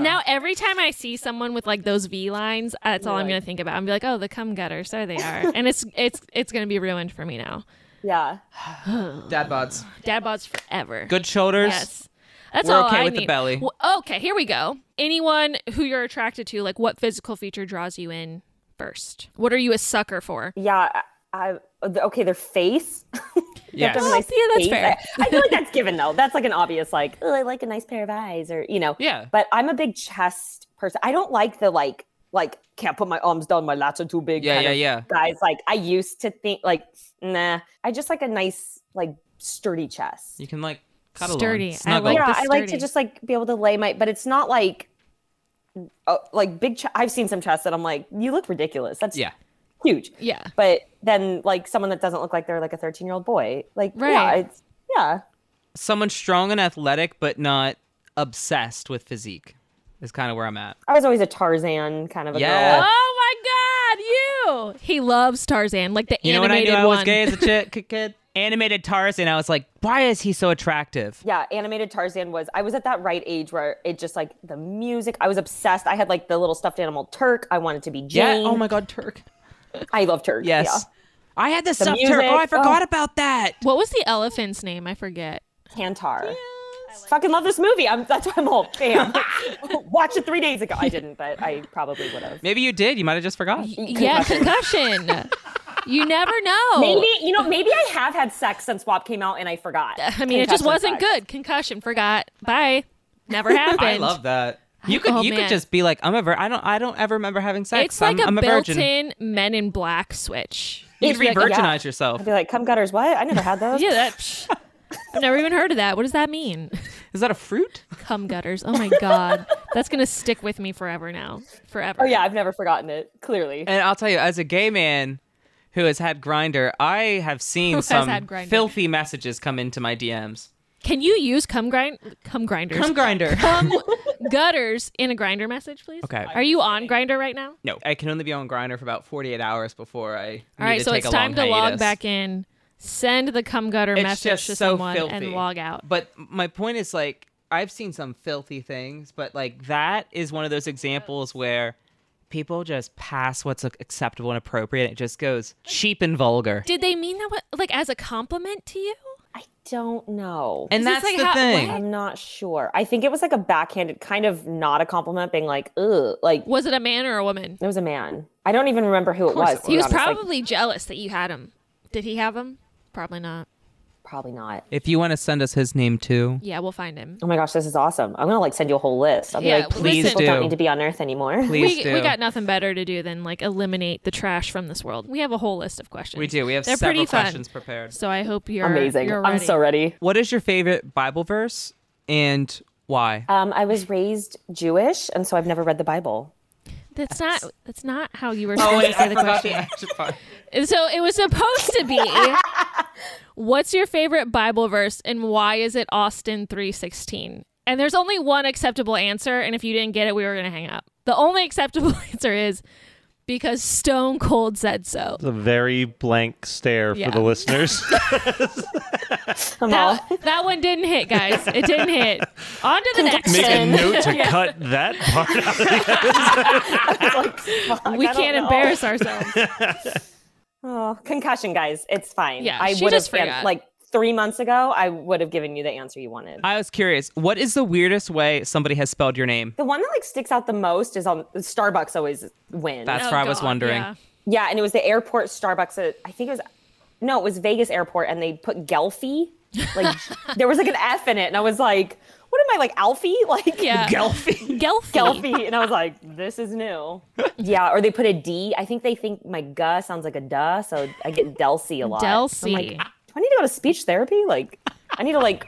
Speaker 3: Now every time I see someone with like those V lines, that's all I'm gonna think about. I'm be like, oh, the cum gutters. There they are, and it's it's it's gonna be ruined for me now.
Speaker 4: Yeah.
Speaker 5: Dad bods.
Speaker 3: Dad bods forever.
Speaker 5: Good shoulders.
Speaker 3: Yes. That's
Speaker 5: We're
Speaker 3: all
Speaker 5: okay
Speaker 3: I
Speaker 5: with the
Speaker 3: need.
Speaker 5: belly.
Speaker 3: W- okay, here we go. Anyone who you're attracted to, like what physical feature draws you in first? What are you a sucker for?
Speaker 4: Yeah. I, I th- okay, their face. They have to have a
Speaker 5: Yes.
Speaker 3: Yeah, that's
Speaker 4: face.
Speaker 3: fair.
Speaker 4: I, I feel like that's given though. That's like an obvious like, oh, I like a nice pair of eyes or you know.
Speaker 5: Yeah.
Speaker 4: But I'm a big chest person. I don't like the like like can't put my arms down, my lats are too big.
Speaker 5: Yeah,
Speaker 4: kind
Speaker 5: yeah,
Speaker 4: of
Speaker 5: yeah.
Speaker 4: Guys, like I used to think like nah. I just like a nice like sturdy chest.
Speaker 5: You can like cuddle
Speaker 3: Sturdy.
Speaker 5: On,
Speaker 3: I
Speaker 5: snuggle.
Speaker 3: like-
Speaker 4: yeah,
Speaker 3: the
Speaker 4: I like to
Speaker 3: sturdy.
Speaker 4: just like be able to lay my, but it's not like, uh, like big. Ch- I've seen some chests that I'm like, you look ridiculous. That's
Speaker 5: Yeah.
Speaker 4: huge.
Speaker 3: Yeah.
Speaker 4: But then like someone that doesn't look like they're like a 13 year old boy, like yeah,
Speaker 3: Right.
Speaker 4: it's, yeah,
Speaker 5: Someone strong and athletic, but not obsessed with physique. Is kind of where I'm at.
Speaker 4: I was always a Tarzan kind of a
Speaker 5: Yeah.
Speaker 4: girl.
Speaker 3: Oh my god, you! He loves Tarzan, like the
Speaker 5: You know when I
Speaker 3: animated
Speaker 5: knew I
Speaker 3: one.
Speaker 5: was gay as a chick, kid- kid? Animated Tarzan. I was like, why is he so attractive?
Speaker 4: Yeah, animated Tarzan was. I was at that right age where it just like the music. I was obsessed. I had like the little stuffed animal Turk. I wanted to be Jane.
Speaker 5: Yeah. Oh my God, Turk.
Speaker 4: I love Turk.
Speaker 5: Yes.
Speaker 4: Yeah.
Speaker 5: I had the, stuffed
Speaker 4: music,
Speaker 5: Turk. Oh, I
Speaker 4: oh.
Speaker 5: forgot about that.
Speaker 3: what was the elephant's name? I forget.
Speaker 4: Tantar. Fucking love this movie. I'm, that's why I'm old. Bam. Watched it three days ago. I didn't, but I probably would have.
Speaker 5: Maybe you did. You might have just forgot.
Speaker 3: Yeah, concussion. you never know.
Speaker 4: Maybe you know. Maybe I have had sex since WAP came out, and I forgot.
Speaker 3: I mean, it just
Speaker 4: Concussion
Speaker 3: wasn't
Speaker 4: sex.
Speaker 3: good. Concussion. Forgot. Bye. Never happened.
Speaker 5: I love that. You could
Speaker 3: oh,
Speaker 5: you could
Speaker 3: man.
Speaker 5: just be like I'm a vir- I don't I don't ever remember having sex.
Speaker 3: It's like
Speaker 5: I'm, I'm
Speaker 3: a
Speaker 5: a virgin.
Speaker 3: built-in Men in Black switch.
Speaker 5: You could
Speaker 4: It's like-
Speaker 5: re-virginize
Speaker 4: yeah.
Speaker 5: yourself.
Speaker 4: I'd be like, "Cum gutters? What? I never had those."
Speaker 3: Yeah, that. psh, I've never even heard of that. What does that mean?
Speaker 5: Is that a fruit?
Speaker 3: Cum gutters. Oh my god, that's gonna stick with me forever now. Forever.
Speaker 4: Oh yeah, I've never forgotten it. Clearly.
Speaker 5: And I'll tell you, as a gay man who has had grinder, I have
Speaker 3: Who
Speaker 5: seen
Speaker 3: has
Speaker 5: some
Speaker 3: had Grindr.
Speaker 5: filthy messages come into my DMs.
Speaker 3: Can you use cum grind cum grinders?
Speaker 5: Come grinder.
Speaker 3: Cum gutters in a grinder message, please.
Speaker 5: Okay.
Speaker 3: Are you on grinder right now?
Speaker 5: no, I can only be on grinder for about 48 hours before I. Need
Speaker 3: All right,
Speaker 5: to
Speaker 3: so
Speaker 5: take
Speaker 3: it's
Speaker 5: a
Speaker 3: time to
Speaker 5: long
Speaker 3: log
Speaker 5: hiatus.
Speaker 3: back in. Send the cum gutter
Speaker 5: It's
Speaker 3: message
Speaker 5: just
Speaker 3: to
Speaker 5: so
Speaker 3: someone
Speaker 5: filthy.
Speaker 3: and log out.
Speaker 5: But my point is like I've seen some filthy things, but like that is one of those examples where people just pass what's acceptable and appropriate. and It just goes cheap and vulgar.
Speaker 3: Did they mean that what, like as a compliment to you?
Speaker 4: I don't know.
Speaker 5: And
Speaker 3: Is this,
Speaker 5: that's
Speaker 3: like,
Speaker 5: the
Speaker 3: how-
Speaker 5: thing.
Speaker 3: what?
Speaker 4: I'm not sure. I think it was like a backhanded kind of not a compliment, being like, "Ugh," like
Speaker 3: Was it a man or a woman?
Speaker 4: it was a man. I don't even remember who it was. to
Speaker 3: He
Speaker 4: be
Speaker 3: was
Speaker 4: honest. Like,
Speaker 3: probably jealous that you had him. Did he have him? Probably not.
Speaker 4: probably not.
Speaker 5: If you want to send us his name too,
Speaker 3: Yeah, we'll find him.
Speaker 4: Oh my gosh, this is awesome. I'm gonna like send you a whole list. I'll be
Speaker 3: Yeah,
Speaker 4: like,
Speaker 3: Please
Speaker 4: people
Speaker 5: do.
Speaker 4: don't need to be on Earth anymore.
Speaker 5: please
Speaker 3: We,
Speaker 5: do.
Speaker 3: we got nothing better to do than like eliminate the trash from this world. We have a whole list of questions.
Speaker 5: We do. We have
Speaker 3: They're
Speaker 5: several
Speaker 3: pretty fun.
Speaker 5: questions prepared.
Speaker 3: So I hope you're
Speaker 4: Amazing.
Speaker 3: You're
Speaker 4: I'm so ready.
Speaker 5: What is your favorite Bible verse and why?
Speaker 4: Um, I was raised Jewish, and so I've never read the Bible.
Speaker 3: That's not. That's not how
Speaker 5: Oh,
Speaker 3: you were supposed to say the question.
Speaker 5: part.
Speaker 3: So it was supposed to be. What's your favorite Bible verse and why is it Austin three sixteen? And there's only one acceptable answer, and if you didn't get it, we were gonna hang up. The only acceptable answer is because Stone Cold said so.
Speaker 1: It's a very blank stare
Speaker 3: Yeah.
Speaker 1: for the listeners.
Speaker 4: I'm all-
Speaker 3: That, that one didn't hit, guys. It didn't hit. On to the next
Speaker 1: Make a
Speaker 3: one.
Speaker 1: note to cut that part out.
Speaker 3: We
Speaker 4: I don't
Speaker 3: can't
Speaker 4: know.
Speaker 3: embarrass ourselves.
Speaker 4: Oh, concussion, guys. It's fine.
Speaker 3: Yeah,
Speaker 4: I
Speaker 3: she
Speaker 4: would have
Speaker 3: just
Speaker 4: an-
Speaker 3: forgot.
Speaker 4: like three months ago. I would have given you the answer you wanted.
Speaker 5: I was curious. What is the weirdest way somebody has spelled your name?
Speaker 4: the one that like sticks out the most is on Starbucks. Always wins.
Speaker 5: That's where I was
Speaker 3: Oh, God,
Speaker 5: wondering.
Speaker 3: yeah.
Speaker 4: yeah, and it was the airport Starbucks. At, I think it was no, it was Vegas airport, and they put Gelfie. Like there was like an F in it, and I was like, "What am I like Alfie? Like
Speaker 3: Yeah.
Speaker 5: Gelfie.
Speaker 3: Gelfie.
Speaker 4: Gelfie?" And I was like, "This is new." yeah, or they put a D. I think they think my guh sounds like a duh, so I get Delcy a lot. I'm like,
Speaker 3: Delcy.
Speaker 4: do I need to go to speech therapy? Like, I need to like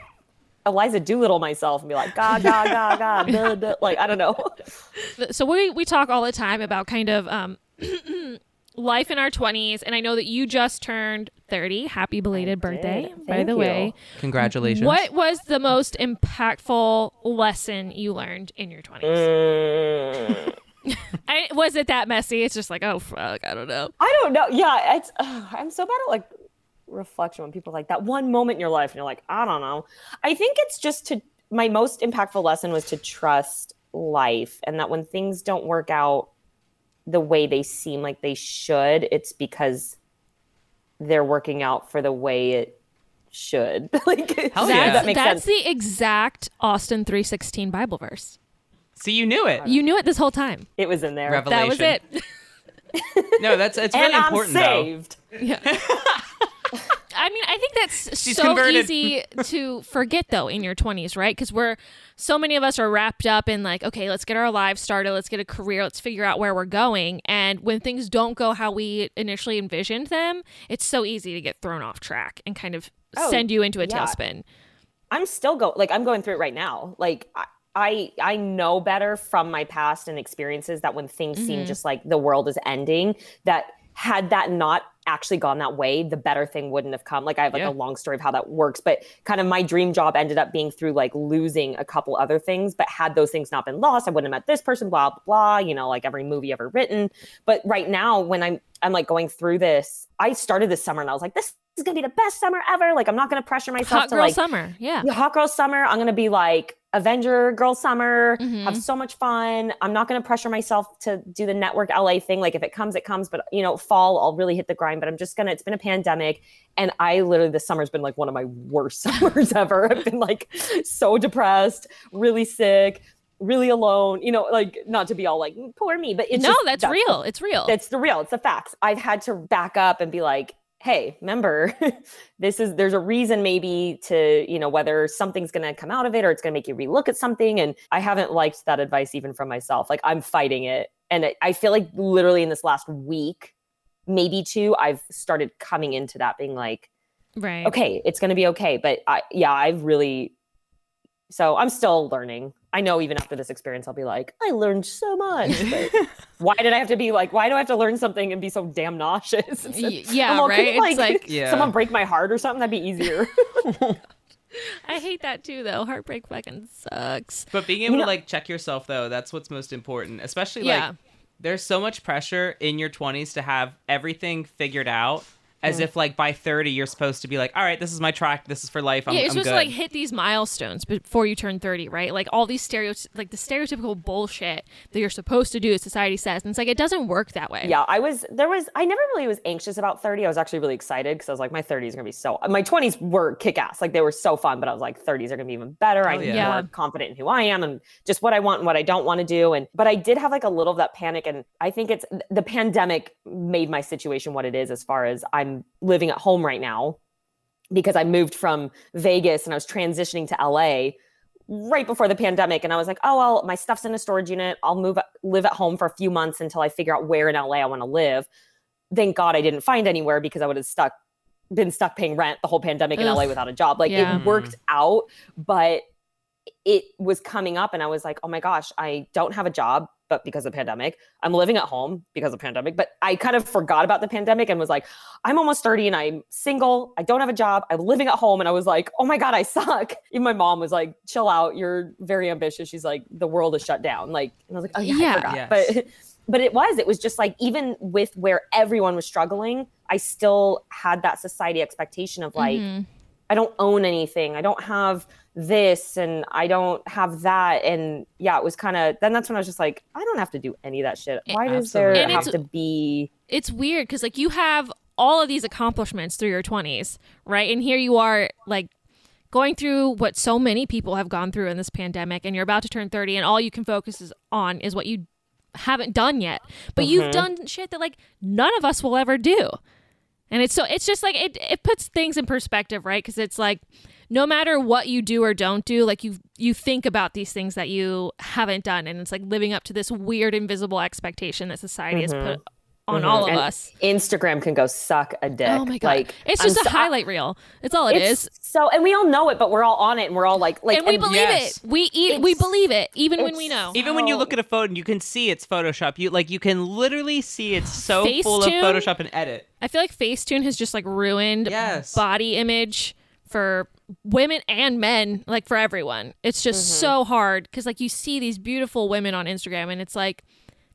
Speaker 4: Eliza Doolittle myself and be like, God, God, God, God, duh, duh. like I don't know.
Speaker 3: so we we talk all the time about kind of um life in our 20s and i know that you just turned 30 happy belated birthday by
Speaker 4: Thank
Speaker 3: the
Speaker 4: you.
Speaker 3: way
Speaker 5: Congratulations.
Speaker 3: what was the most impactful lesson you learned in your 20s
Speaker 4: Mm.
Speaker 3: I, was it that messy it's just like oh fuck i don't know
Speaker 4: I don't know. Yeah, it's ugh, I'm so bad at like reflection when people are like that one moment in your life and you're like, I don't know. I think it's just to my most impactful lesson was to trust life and that when things don't work out the way they seem like they should, it's because they're working out for the way it should. like
Speaker 5: Hell
Speaker 4: does
Speaker 5: yeah.
Speaker 4: Oh, that make
Speaker 3: that's
Speaker 4: sense.
Speaker 3: the exact austin 316 bible verse
Speaker 5: So you knew it.
Speaker 3: you knew it this whole time
Speaker 4: it was in there.
Speaker 5: Revelation.
Speaker 3: that was it
Speaker 5: No, that's it's
Speaker 4: and
Speaker 5: really
Speaker 4: I'm
Speaker 5: important though.
Speaker 4: saved.
Speaker 3: I mean, I think that's
Speaker 5: She's
Speaker 3: so
Speaker 5: converted.
Speaker 3: easy to forget though in your 20s, right? Because we're so many of us are wrapped up in like, okay, let's get our lives started, let's get a career, let's figure out where we're going. And when things don't go how we initially envisioned them, it's so easy to get thrown off track and kind of
Speaker 4: Oh,
Speaker 3: send you into a
Speaker 4: yeah.
Speaker 3: tailspin.
Speaker 4: I'm still go like I'm going through it right now. Like I I, I know better from my past and experiences that when things
Speaker 3: Mm-hmm.
Speaker 4: seem just like the world is ending, that had that not actually gone that way, the better thing wouldn't have come. Like I have like a
Speaker 5: Yeah.
Speaker 4: long story of how that works, but kind of my dream job ended up being through like losing a couple other things. But had those things not been lost, I wouldn't have met this person, blah, blah, blah, you know, like every movie ever written. But right now, when I'm I'm like going through this, I started this summer and I was like, this is gonna be the best summer ever. Like I'm not gonna pressure myself
Speaker 3: Hot
Speaker 4: to
Speaker 3: girl
Speaker 4: like
Speaker 3: summer. Yeah.
Speaker 4: yeah, Hot Girl Summer. I'm gonna be like Avenger Girl Summer.
Speaker 3: Mhm.
Speaker 4: Have so much fun. I'm not gonna pressure myself to do the network LA thing. Like if it comes, it comes. But you know, fall I'll really hit the grind. But I'm just gonna. It's been a pandemic, and I literally this summer's been like one of my worst summers ever. I've been like so depressed, really sick, really alone. You know, like not to be all like poor me, but it's
Speaker 3: no,
Speaker 4: just-
Speaker 3: that's,
Speaker 4: the
Speaker 3: real. It's real.
Speaker 4: it's the real. It's the facts. I've had to back up and be like, hey, remember, this is there's a reason maybe to, you know, whether something's gonna come out of it or it's gonna make you relook at something. And I haven't liked that advice even from myself. Like I'm fighting it. And it, I feel like literally in this last week, maybe two, I've started coming into that being like,
Speaker 3: right.
Speaker 4: okay, it's gonna be okay. But I yeah, I've really so I'm still learning. I know even after this experience, I'll be like, I learned so much. but why did I have to be like, why do I have to learn something and be so damn nauseous? It's
Speaker 3: Y-
Speaker 4: like,
Speaker 3: yeah,
Speaker 4: I'm all,
Speaker 3: right?
Speaker 4: "Couldn't,
Speaker 3: It's like-
Speaker 5: Yeah.
Speaker 4: someone break my heart or something, that'd be easier.
Speaker 3: I hate that too though. Heartbreak fucking sucks.
Speaker 5: But being able
Speaker 4: You
Speaker 5: to
Speaker 4: know-
Speaker 5: like check yourself though, that's what's most important. Especially
Speaker 3: Yeah.
Speaker 5: like there's so much pressure in your 20s to have everything figured out as if like by 30 you're supposed to be like, "All right, this is my track. This is for life. I'm,
Speaker 3: yeah,
Speaker 5: I'm
Speaker 3: you're supposed
Speaker 5: good."
Speaker 3: to like hit these milestones before you turn 30, right? Like all these stereotypes, like the stereotypical bullshit that you're supposed to do, society says. And it's like, it doesn't work that way.
Speaker 4: yeah, I was there was I never really was anxious about 30. I was actually really excited because I was like, my 30s are gonna be so my 20s were kick ass. Like they were so fun, but I was like, 30s are gonna be even better. I'm
Speaker 5: yeah.
Speaker 3: Yeah.
Speaker 4: more confident in who I am and just what I want and what I don't want to do. And but I did have like a little of that panic. And I think it's the pandemic made my situation what it is as far as I'm living at home right now because I moved from Vegas and I was transitioning to LA right before the pandemic and I was like, oh well, my stuff's in a storage unit. I'll move live at home for a few months until I figure out where in LA I want to live. Thank God I didn't find anywhere because I would have stuck been stuck paying rent the whole pandemic in
Speaker 3: Ugh.
Speaker 4: LA without a job. Like
Speaker 3: Yeah.
Speaker 4: it worked out, but it was coming up and I was like, oh my gosh, I don't have a job, but because of the pandemic, I'm living at home because of the pandemic. But I kind of forgot about the pandemic and was like, I'm almost 30 and I'm single. I don't have a job. I'm living at home. And I was like, oh my God, I suck. Even my mom was like, chill out. You're very ambitious. She's like, the world is shut down. Like, and I was like, oh yeah,
Speaker 3: Yeah.
Speaker 4: I forgot.
Speaker 5: Yes.
Speaker 4: But but it was, it was just like even with where everyone was struggling, I still had that society expectation of like,
Speaker 3: Mhm.
Speaker 4: I don't own anything. I don't have this and I don't have that. And yeah, it was kind of then that's when I was just like, I don't have to do any of that shit. Why does
Speaker 5: Absolutely.
Speaker 4: there
Speaker 3: And
Speaker 4: have
Speaker 3: it's-
Speaker 4: to be
Speaker 3: It's weird because, like, you have all of these accomplishments through your 20s, right? And here you are, like, going through what so many people have gone through in this pandemic, and you're about to turn 30, and all you can focus is on is what you haven't done yet. But
Speaker 4: Mm-hmm.
Speaker 3: you've done shit that, like, none of us will ever do. And it's so it's just like it it puts things in perspective, right? Cuz it's like no matter what you do or don't do, like you you think about these things that you haven't done and it's like living up to this weird invisible expectation that society has put on all of
Speaker 4: Mm-hmm. And
Speaker 3: us.
Speaker 4: Instagram can go suck a dick.
Speaker 3: Oh my god!
Speaker 4: Like
Speaker 3: it's
Speaker 4: I'm
Speaker 3: just a
Speaker 4: so-
Speaker 3: highlight reel. It's all it
Speaker 4: it's
Speaker 3: is.
Speaker 4: so, and we all know it, but we're all on it, and we're all like, like,
Speaker 3: and we
Speaker 4: and-
Speaker 3: believe it.
Speaker 5: yes.
Speaker 3: We eat. We
Speaker 4: It's-
Speaker 3: believe it, even when
Speaker 4: it's
Speaker 3: we know.
Speaker 5: Even when you
Speaker 4: Oh.
Speaker 5: look at a photo and you can see it's Photoshop, you like you can literally see it's so full of
Speaker 3: Facetune?
Speaker 5: Photoshop and edit.
Speaker 3: I feel like Facetune has just like ruined
Speaker 5: Yes.
Speaker 3: body image for women and men, like for everyone. It's just so hard because like you see these beautiful women on Instagram, and it's like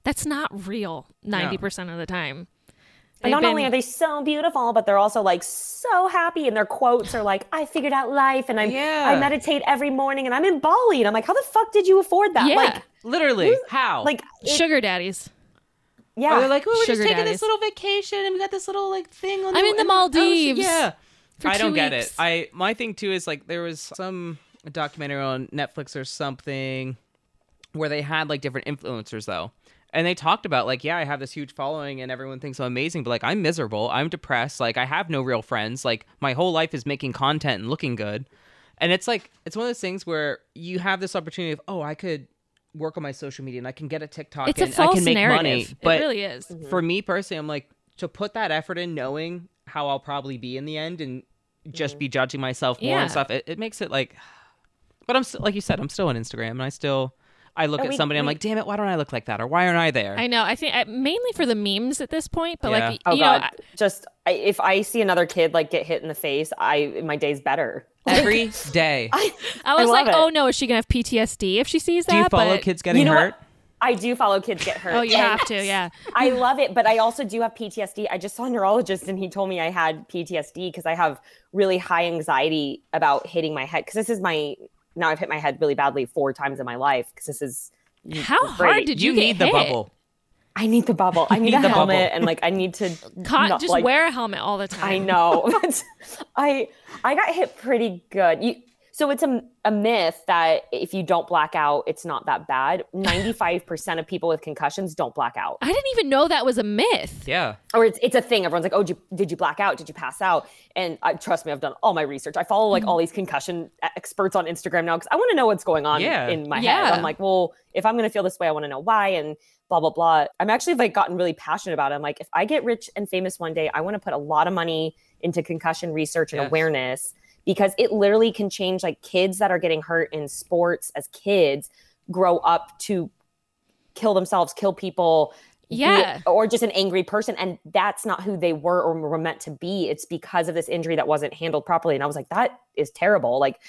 Speaker 3: that's not real ninety percent of the time.
Speaker 4: And
Speaker 3: They've
Speaker 4: not only
Speaker 3: been-
Speaker 4: are they so beautiful, but they're also like so happy, and their quotes are like, "I figured out life, and I'm
Speaker 5: Yeah.
Speaker 4: I meditate every morning, and I'm in Bali." And I'm like, "How the fuck did you afford that?"
Speaker 3: Yeah.
Speaker 4: Like,
Speaker 5: Literally, how?
Speaker 4: like, it-
Speaker 3: sugar daddies.
Speaker 4: yeah,
Speaker 5: Or they're like, oh, we're
Speaker 3: Sugar
Speaker 5: just taking
Speaker 3: daddies.
Speaker 5: this little vacation and we got this little like thing on.
Speaker 3: I'm
Speaker 5: the,
Speaker 3: in the
Speaker 5: ocean."
Speaker 3: Maldives
Speaker 5: Yeah,
Speaker 3: for
Speaker 5: I
Speaker 3: two
Speaker 5: don't get it.
Speaker 3: weeks.
Speaker 5: I my thing too is like there was some documentary on Netflix or something where they had like different influencers though. And they talked about like, yeah, I have this huge following and everyone thinks I'm amazing, but like I'm miserable, I'm depressed, like I have no real friends, like my whole life is making content and looking good. And it's like it's one of those things where you have this opportunity of, oh, I could work on my social media and I can get a TikTok
Speaker 3: It's a
Speaker 5: and I
Speaker 3: false
Speaker 5: can make
Speaker 3: narrative.
Speaker 5: money.
Speaker 3: it
Speaker 5: But
Speaker 3: really is.
Speaker 5: for me personally, I'm like to put that effort in, knowing how I'll probably be in the end, and just be judging myself more
Speaker 3: Yeah.
Speaker 5: and stuff. It, it makes it like, but I'm still like you said, I'm still on Instagram, and I still I look
Speaker 4: Oh,
Speaker 5: at
Speaker 4: we-
Speaker 5: somebody, I'm
Speaker 4: we-
Speaker 5: like, damn it, why don't I look like that, or why aren't I there?
Speaker 3: I know. I think I, mainly for the memes at this point, but
Speaker 5: Yeah.
Speaker 3: like,
Speaker 4: oh
Speaker 3: you
Speaker 4: god,
Speaker 3: know, I-
Speaker 4: just I, if I see another kid like get hit in the face, I my day's better.
Speaker 5: Every day.
Speaker 3: I was
Speaker 4: love
Speaker 3: like,
Speaker 4: it.
Speaker 3: oh no, is she gonna have PTSD if she sees that?
Speaker 5: Do you follow
Speaker 3: But-
Speaker 5: kids getting
Speaker 4: you know
Speaker 5: hurt?
Speaker 4: what? I do follow kids get hurt.
Speaker 3: Oh, you
Speaker 4: and
Speaker 3: have to, yeah.
Speaker 4: I love it, but I also do have PTSD. I just saw a neurologist and he told me I had PTSD because I have really high anxiety about hitting my head. Because this is my now I've hit my head really badly four times in my life. Because this is
Speaker 3: How hard
Speaker 4: Right.
Speaker 3: did you, get
Speaker 5: need the
Speaker 3: hit?
Speaker 5: bubble.
Speaker 4: I need the bubble. I need,
Speaker 5: need
Speaker 4: a
Speaker 5: the
Speaker 4: helmet
Speaker 5: bubble.
Speaker 4: and like I need to
Speaker 3: Con-
Speaker 4: not,
Speaker 3: just
Speaker 4: like-
Speaker 3: wear a helmet all the time.
Speaker 4: I know. That's- I I got hit pretty good. You, so it's a, a myth that if you don't black out, it's not that bad. Ninety five percent of people with concussions don't black out,
Speaker 3: I didn't even know that was a myth.
Speaker 5: Yeah.
Speaker 4: or it's it's a thing. Everyone's like, "Oh, did you, did you black out? Did you pass out?" And I, trust me, I've done all my research. I follow
Speaker 5: Mm.
Speaker 4: like all these concussion e- experts on Instagram now because I want to know what's going on
Speaker 5: Yeah.
Speaker 4: in my
Speaker 3: Yeah.
Speaker 4: head. I'm like, well, if I'm gonna feel this way, I want to know why and blah blah blah. I'm actually like gotten really passionate about it. I'm like, if I get rich and famous one day, I want to put a lot of money into concussion research and
Speaker 5: Yes.
Speaker 4: awareness because it literally can change like kids that are getting hurt in sports as kids grow up to kill themselves, kill people. be-
Speaker 3: Yeah.
Speaker 4: or just an angry person. And that's not who they were or were meant to be. It's because of this injury that wasn't handled properly. And I was like, that is terrible. Like,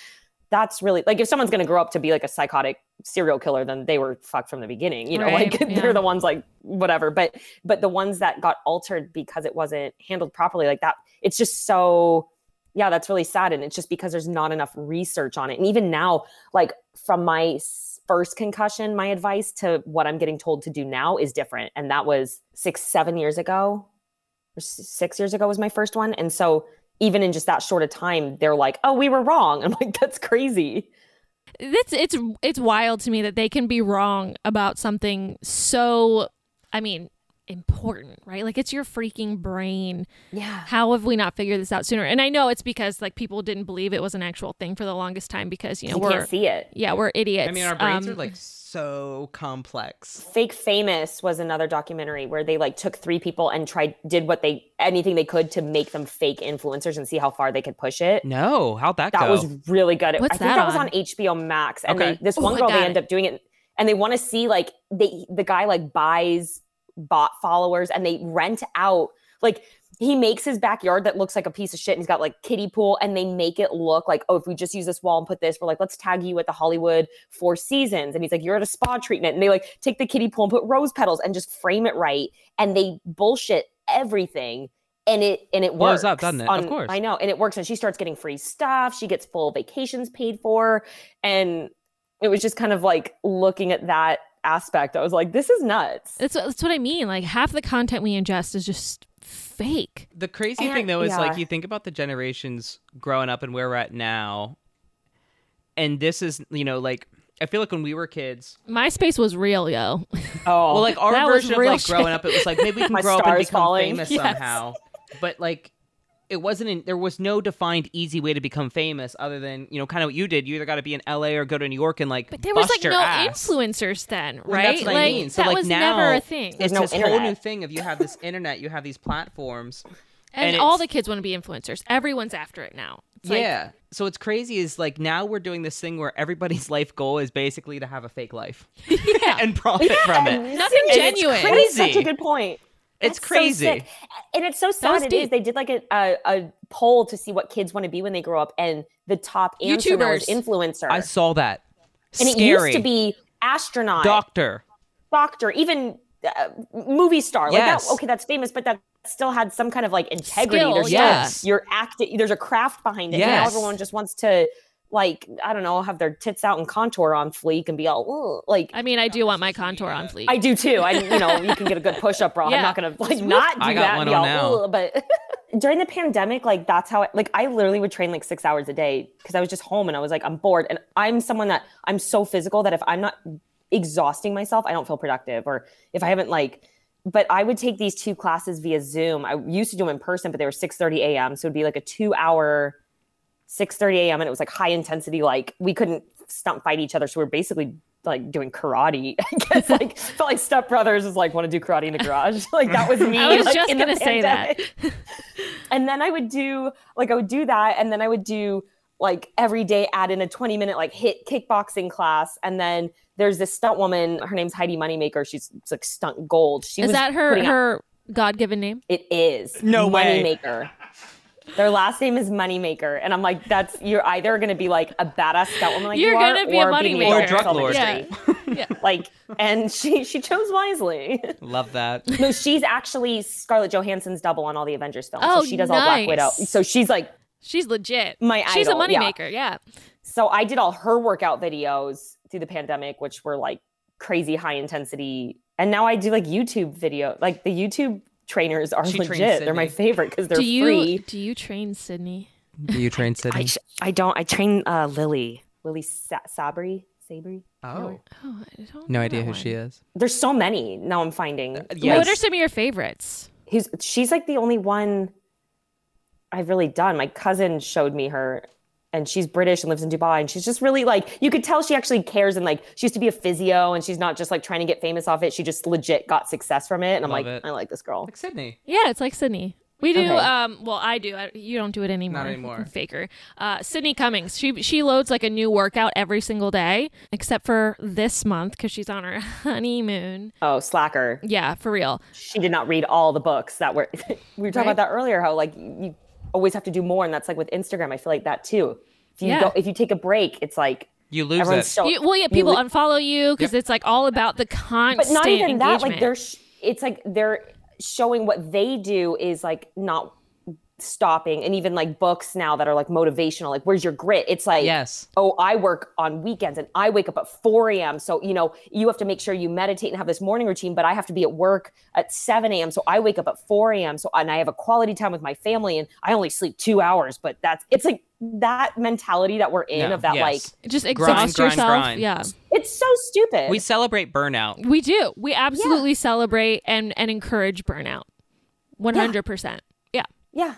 Speaker 4: that's really like if someone's going to grow up to be like a psychotic serial killer then they were fucked from the beginning you know
Speaker 3: Right,
Speaker 4: like
Speaker 3: yeah.
Speaker 4: they're the ones like whatever but but the ones that got altered because it wasn't handled properly like that it's just so yeah that's really sad and it's just because there's not enough research on it and even now like from my s- first concussion my advice to what i'm getting told to do now is different and that was six seven years ago or s- six years ago was my first one and so even in just that short of time they're like oh we were wrong i'm like that's crazy
Speaker 3: That's it's it's wild to me that they can be wrong about something so I mean, important, right? Like it's your freaking brain.
Speaker 4: yeah
Speaker 3: How have we not figured this out sooner? And I know it's because like people didn't believe it was an actual thing for the longest time because, you know,
Speaker 4: you
Speaker 3: we're
Speaker 4: can't see it
Speaker 3: yeah, we're idiots.
Speaker 5: I mean, our brains
Speaker 3: Um,
Speaker 5: are like so complex.
Speaker 4: Fake Famous was another documentary where they like took three people and tried did what they anything they could to make them fake influencers and see how far they could push it.
Speaker 5: No, how'd that,
Speaker 4: That
Speaker 5: go?
Speaker 4: was really good.
Speaker 3: What's
Speaker 4: I think
Speaker 3: that
Speaker 4: that, was
Speaker 3: on?
Speaker 4: on HBO Max. And
Speaker 5: Okay.
Speaker 4: they, this
Speaker 3: Ooh,
Speaker 4: one
Speaker 3: I
Speaker 4: girl,
Speaker 3: got
Speaker 4: they
Speaker 3: it.
Speaker 4: end up doing it, and they want to see like they the guy like buys bot followers, and they rent out like he makes his backyard that looks like a piece of shit, and he's got like kiddie pool, and they make it look like oh, if we just use this wall and put this, we're like let's tag you at the Hollywood Four Seasons, and he's like you're at a spa treatment, and they like take the kiddie pool and put rose petals and just frame it right, and they bullshit everything. And it and it
Speaker 5: Blows
Speaker 4: works
Speaker 5: up, doesn't it? Of
Speaker 4: on-
Speaker 5: course.
Speaker 4: I know, and it works. And she starts getting free stuff. She gets full vacations paid for, and it was just kind of like looking at that aspect. I was like, this is nuts.
Speaker 3: that's, what- that's what I mean. Like half the content we ingest is just fake.
Speaker 5: The crazy
Speaker 4: And-
Speaker 5: thing though is like
Speaker 4: yeah.
Speaker 5: you think about the generations growing up and where we're at now, and this is you know like I feel like when we were kids,
Speaker 3: MySpace was real, yo.
Speaker 4: oh,
Speaker 5: well like our
Speaker 3: That was
Speaker 5: version of
Speaker 3: real
Speaker 5: like
Speaker 3: shit.
Speaker 5: growing up, it was like maybe we can
Speaker 4: My
Speaker 5: grow up and
Speaker 4: stars
Speaker 5: become
Speaker 4: falling.
Speaker 5: famous
Speaker 4: Yes.
Speaker 5: somehow, but like it wasn't in, there was no defined easy way to become famous other than you know kind of what you did. You either got to be in L.A. or go to New York and like
Speaker 3: But there was
Speaker 5: bust
Speaker 3: like
Speaker 5: your
Speaker 3: no
Speaker 5: ass.
Speaker 3: influencers then,
Speaker 5: Well,
Speaker 3: right?
Speaker 5: That's what
Speaker 3: like
Speaker 5: I mean. So
Speaker 3: that
Speaker 5: like
Speaker 3: was
Speaker 5: now,
Speaker 3: never a thing.
Speaker 5: It's
Speaker 4: no
Speaker 5: this whole new
Speaker 4: internet.
Speaker 5: thing of you have this internet, you have these platforms.
Speaker 3: and,
Speaker 5: and
Speaker 3: all
Speaker 5: it's-
Speaker 3: the kids want to be influencers. Everyone's after it now. It's like,
Speaker 5: yeah. So what's crazy is like now we're doing this thing where everybody's life goal is basically to have a fake life
Speaker 3: yeah.
Speaker 5: and profit from it.
Speaker 3: nothing
Speaker 4: Seriously,
Speaker 3: genuine.
Speaker 4: That is such
Speaker 5: Crazy.
Speaker 4: a good point.
Speaker 5: It's
Speaker 4: That's so
Speaker 5: crazy.
Speaker 4: sick. and it's so
Speaker 3: was
Speaker 4: sad. It is.
Speaker 3: deep.
Speaker 4: They did like a, a, a poll to see what kids want to be when they grow up, and the top answer now is
Speaker 3: YouTubers.
Speaker 4: influencer.
Speaker 5: I saw that.
Speaker 4: and it
Speaker 5: Scary.
Speaker 4: used to be astronaut,
Speaker 5: doctor.
Speaker 4: doctor, even uh, movie star. Like
Speaker 5: Yes.
Speaker 4: that, okay, that's famous, but that still had some kind of like integrity.
Speaker 3: Skill,
Speaker 4: there's still-
Speaker 5: yes.
Speaker 4: you're acting. There's a craft behind it. Now
Speaker 5: Yes.
Speaker 4: everyone just wants to. Like I don't know, have their tits out and contour on fleek and be all "Ugh," like
Speaker 3: I mean, I do want my contour on fleek.
Speaker 4: I do too. I you know you can get a good push up bra.
Speaker 3: Yeah.
Speaker 4: I'm not gonna like not do
Speaker 5: I got
Speaker 4: that.
Speaker 5: one
Speaker 4: and be
Speaker 5: on
Speaker 4: all,
Speaker 5: now.
Speaker 4: "Ugh," But during the pandemic, like that's how I, like I literally would train like six hours a day because I was just home and I was like I'm bored. And I'm someone that I'm so physical that if I'm not exhausting myself, I don't feel productive. Or if I haven't like. But I would take these two classes via Zoom. I used to do them in person, but they were 6:30 a.m. So it'd be like a two-hour 6:30 a.m. and it was like high intensity. Like we couldn't stump fight each other, so we were basically like doing karate. I guess like felt like Step Brothers is like want to do karate in the garage. like that was me.
Speaker 3: I was
Speaker 4: like,
Speaker 3: just
Speaker 4: in the
Speaker 3: gonna say that.
Speaker 4: pandemic. and then I would do like I would do that, and then I would do like every day add in a 20 minute like hit kickboxing class, and then there's this stunt woman. Her name's Heidi Moneymaker. She's it's, like stunt gold. She
Speaker 3: Is
Speaker 4: was
Speaker 3: that her
Speaker 4: putting out-
Speaker 3: her God given name?
Speaker 4: it is.
Speaker 5: No way.
Speaker 4: Moneymaker. Their last name is Moneymaker. And I'm like, that's you're either gonna be like a badass stunt woman like
Speaker 3: You're
Speaker 4: you are,
Speaker 3: gonna be a
Speaker 4: or
Speaker 3: moneymaker.
Speaker 4: in
Speaker 3: Or
Speaker 4: the
Speaker 5: drug
Speaker 4: film
Speaker 5: lord.
Speaker 4: industry. Like and she she chose wisely.
Speaker 5: Love that.
Speaker 4: no, she's actually Scarlett Johansson's double on all the Avengers films.
Speaker 3: Oh,
Speaker 4: so she does all Black Widow.
Speaker 3: nice.
Speaker 4: So she's like
Speaker 3: She's legit.
Speaker 4: My
Speaker 3: She's a
Speaker 4: idol, yeah.
Speaker 3: moneymaker. Yeah.
Speaker 4: so I did all her workout videos through the pandemic, which were like crazy high intensity. And now I do like YouTube video. Like the YouTube trainers are
Speaker 5: She trained
Speaker 4: legit. They're my
Speaker 5: Sydney.
Speaker 4: favorite because they're
Speaker 3: Do you
Speaker 4: free.
Speaker 3: do you train Sydney?
Speaker 5: Do you train Sydney?
Speaker 4: I, sh- I don't. I train uh, Lily. Lily Sa- Sabri. Sabri.
Speaker 5: oh,
Speaker 3: Oh, I don't know
Speaker 5: no idea
Speaker 3: that
Speaker 5: who
Speaker 3: one.
Speaker 5: she is.
Speaker 4: There's so many now. I'm finding.
Speaker 5: Uh, yes.
Speaker 3: What are some of your favorites?
Speaker 4: Who's she's like the only one I've really done. My cousin showed me her, and she's British and lives in Dubai, and she's just really like you could tell she actually cares and like she used to be a physio, and she's not just like trying to get famous off it. She just legit got success from it, and I'm
Speaker 5: Love
Speaker 4: like,
Speaker 5: it.
Speaker 4: I like this girl.
Speaker 5: Like Sydney.
Speaker 3: Yeah, it's like Sydney. We do.
Speaker 4: Okay.
Speaker 3: Um, well, I do. I, you don't do it anymore.
Speaker 5: anymore.
Speaker 3: Faker. Uh, Sydney Cummings. She she loads like a new workout every single day, except for this month because she's on her honeymoon.
Speaker 4: Oh, slacker.
Speaker 3: Yeah, for real.
Speaker 4: She did not read all the books that were. we were talking
Speaker 3: Right.
Speaker 4: about that earlier. How like you always have to do more, and that's like with Instagram. I feel like that too. If you
Speaker 3: Yeah.
Speaker 4: don't, if you take a break, it's like
Speaker 5: You lose
Speaker 4: everyone's
Speaker 5: it.
Speaker 4: so.
Speaker 3: You, well, yeah, people
Speaker 4: li-
Speaker 3: unfollow you because it's like all about the constant
Speaker 4: but not even that.
Speaker 3: engagement.
Speaker 4: Like they're, sh- it's like they're showing what they do is like not stopping, and even like books now that are like motivational. Like, where's your grit? It's like
Speaker 5: Yes.
Speaker 4: Oh, I work on weekends and I wake up at 4 a.m. So, you know, you have to make sure you meditate and have this morning routine, but I have to be at work at 7 a.m. So I wake up at 4 a.m. So, and I have a quality time with my family and I only sleep two hours, but that's, it's like that mentality that we're in
Speaker 5: No,
Speaker 4: of that,
Speaker 5: yes.
Speaker 4: like,
Speaker 3: just
Speaker 5: grind,
Speaker 3: exhaust
Speaker 5: grind,
Speaker 3: yourself.
Speaker 5: grind.
Speaker 3: Yeah.
Speaker 4: it's so stupid.
Speaker 5: we celebrate burnout.
Speaker 3: We do. We absolutely celebrate and and encourage burnout. One hundred percent. Yeah.
Speaker 4: yeah.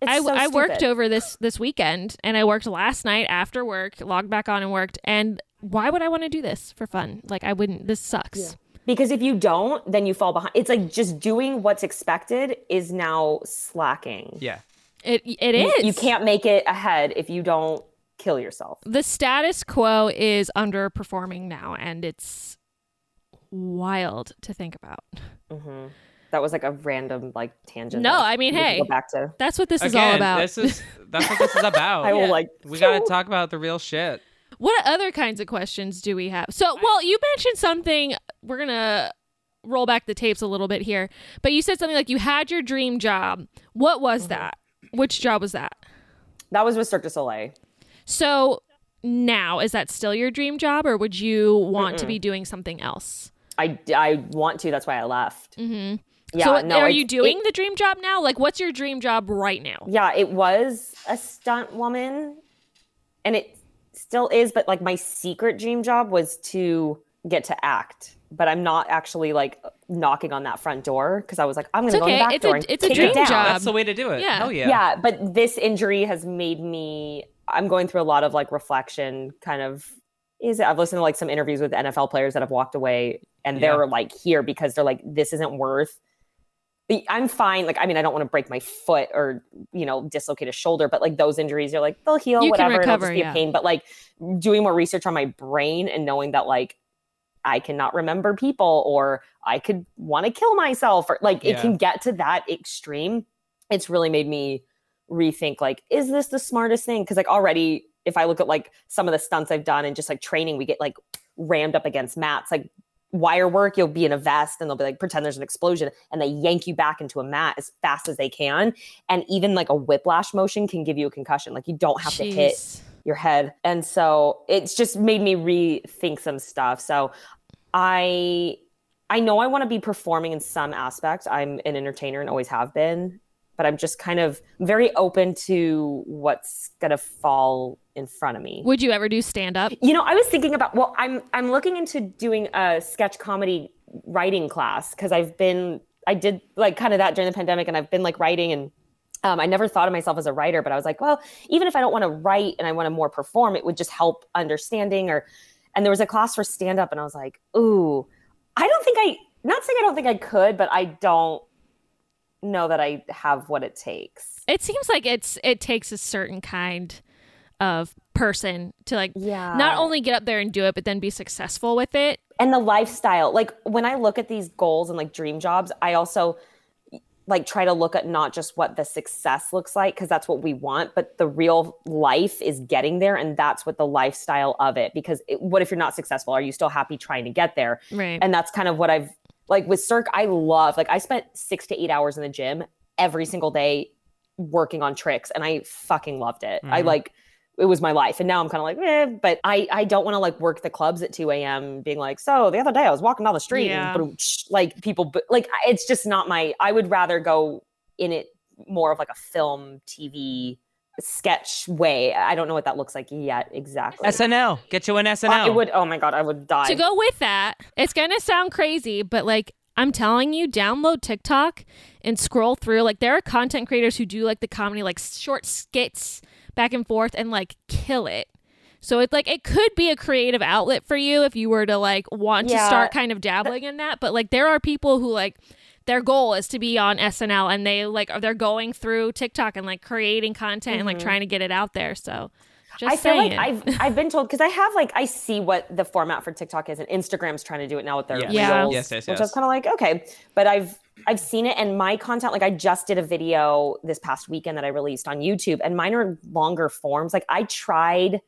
Speaker 4: It's
Speaker 3: I,
Speaker 4: so
Speaker 3: I worked
Speaker 4: stupid.
Speaker 3: over this this weekend and I worked last night after work, logged back on and worked. And why would I want to do this for fun? Like I wouldn't. This sucks.
Speaker 4: because if you don't, then you fall behind. It's like just doing what's expected is now slacking.
Speaker 5: Yeah.
Speaker 3: It it
Speaker 4: You-
Speaker 3: is.
Speaker 4: you can't make it ahead if you don't kill yourself.
Speaker 3: The status quo is underperforming now, and it's wild to think about.
Speaker 4: That was like a random like tangent.
Speaker 3: No,
Speaker 4: that
Speaker 3: I mean,
Speaker 4: we can
Speaker 3: hey.
Speaker 4: go back to.
Speaker 3: That's what this is all
Speaker 5: Again,
Speaker 3: about.
Speaker 5: this is that's what this is about.
Speaker 4: I will like.
Speaker 5: we gotta talk about the real shit.
Speaker 3: What other kinds of questions do we have? So, well, you mentioned something. We're going to roll back the tapes a little bit here, but you said something like you had your dream job. What was
Speaker 5: Mm-hmm.
Speaker 3: that? Which job was that?
Speaker 4: That was with Cirque du Soleil.
Speaker 3: So, now is that still your dream job or would you want to be doing something else?
Speaker 4: I, I want to. That's why I left. Yeah.
Speaker 3: Mm-hmm. so,
Speaker 4: no,
Speaker 3: are
Speaker 4: it's-
Speaker 3: you doing the dream job now? Like what's your dream job right now?
Speaker 4: It, yeah, it was a stunt woman, and it still is. But like my secret dream job was to get to act. But I'm not actually like knocking on that front door because I was like, I'm going to
Speaker 3: It's
Speaker 4: go in
Speaker 3: okay.
Speaker 4: the back
Speaker 3: It's a-
Speaker 4: door and
Speaker 3: it's a
Speaker 4: take
Speaker 3: dream
Speaker 4: it down.
Speaker 3: job.
Speaker 5: That's the way to do it.
Speaker 3: Yeah.
Speaker 5: Hell yeah.
Speaker 4: yeah but this injury has made me i'm going through a lot of like reflection kind of is it i've listened to like some interviews with nfl players that have walked away and
Speaker 5: Yeah.
Speaker 4: they're like here because they're like this isn't worth the- i'm fine like i mean i don't want to break my foot or you know dislocate a shoulder but like those injuries are like they'll heal
Speaker 3: You can
Speaker 4: whatever and it'll
Speaker 3: recover,
Speaker 4: just be
Speaker 3: yeah.
Speaker 4: a pain but like doing more research on my brain and knowing that like I cannot remember people or I could want to kill myself or like it
Speaker 5: Yeah.
Speaker 4: can get to that extreme. It's really made me rethink like is this the smartest thing cuz like already if I look at like some of the stunts I've done and just like training we get like rammed up against mats like wire work you'll be in a vest and they'll be like pretend there's an explosion and they yank you back into a mat as fast as they can and even like a whiplash motion can give you a concussion like you don't have to hit
Speaker 3: Jeez.
Speaker 4: your head. And so it's just made me rethink some stuff. So I I know I want to be performing in some aspects. I'm an entertainer and always have been, but I'm just kind of very open to what's going to fall in front of me.
Speaker 3: Would you ever do stand up?
Speaker 4: You know, I was thinking about well, I'm I'm looking into doing a sketch comedy writing class because I've been I did like kind of that during the pandemic and I've been like writing and um, I never thought of myself as a writer, but I was like, well, even if I don't want to write and I want to more perform, it would just help understanding or and there was a class for stand up and I was like, ooh, I don't think I not saying I don't think I could, but I don't know that I have what it takes.
Speaker 3: It seems like it's it takes a certain kind of person to like
Speaker 4: Yeah.
Speaker 3: not only get up there and do it, but then be successful with it.
Speaker 4: and the lifestyle like when i look at these goals and like dream jobs i also like try to look at not just what the success looks like because that's what we want but the real life is getting there and that's what the lifestyle of it because it, what if you're not successful are you still happy trying to get there
Speaker 3: Right.
Speaker 4: and that's kind of what I've like with Cirque. I love like I spent six to eight hours in the gym every single day working on tricks, and I fucking loved it. I
Speaker 5: Mhm.
Speaker 4: like it was my life, and now I'm kind of like, eh, but I I don't want to like work the clubs at 2 a.m. being like, so the other day I was walking down the street
Speaker 3: Yeah.
Speaker 4: and boom, like people, but like I- it's just not my. I would rather go in it more of like a film, TV sketch way. I don't know what that looks like yet exactly.
Speaker 5: SNL. Get you an SNL.
Speaker 4: I would. Oh my god, I would die.
Speaker 3: to go with that, it's gonna sound crazy, but like I'm telling you, download TikTok and scroll through. Like there are content creators who do like the comedy, like short skits back and forth, and like kill it. So it's like it could be a creative outlet for you if you were to like want to
Speaker 4: Yeah. Uh,
Speaker 3: start kind of dabbling in that. But like there are people who like their goal is to be on SNL and they like are they're going through TikTok and like creating content and like trying to get it out there. So just
Speaker 4: Mm-hmm. I feel
Speaker 3: saying.
Speaker 4: like I've I've been told because I have like I see what the format for TikTok is, and Instagram's trying to do it now with their
Speaker 5: Yes.
Speaker 3: Yeah.
Speaker 4: reels,
Speaker 5: Yes, yes,
Speaker 4: which I
Speaker 5: yes.
Speaker 4: was kind of like okay, but I've I've seen it, and my content like I just did a video this past weekend that I released on YouTube, and mine are longer forms. Like I tried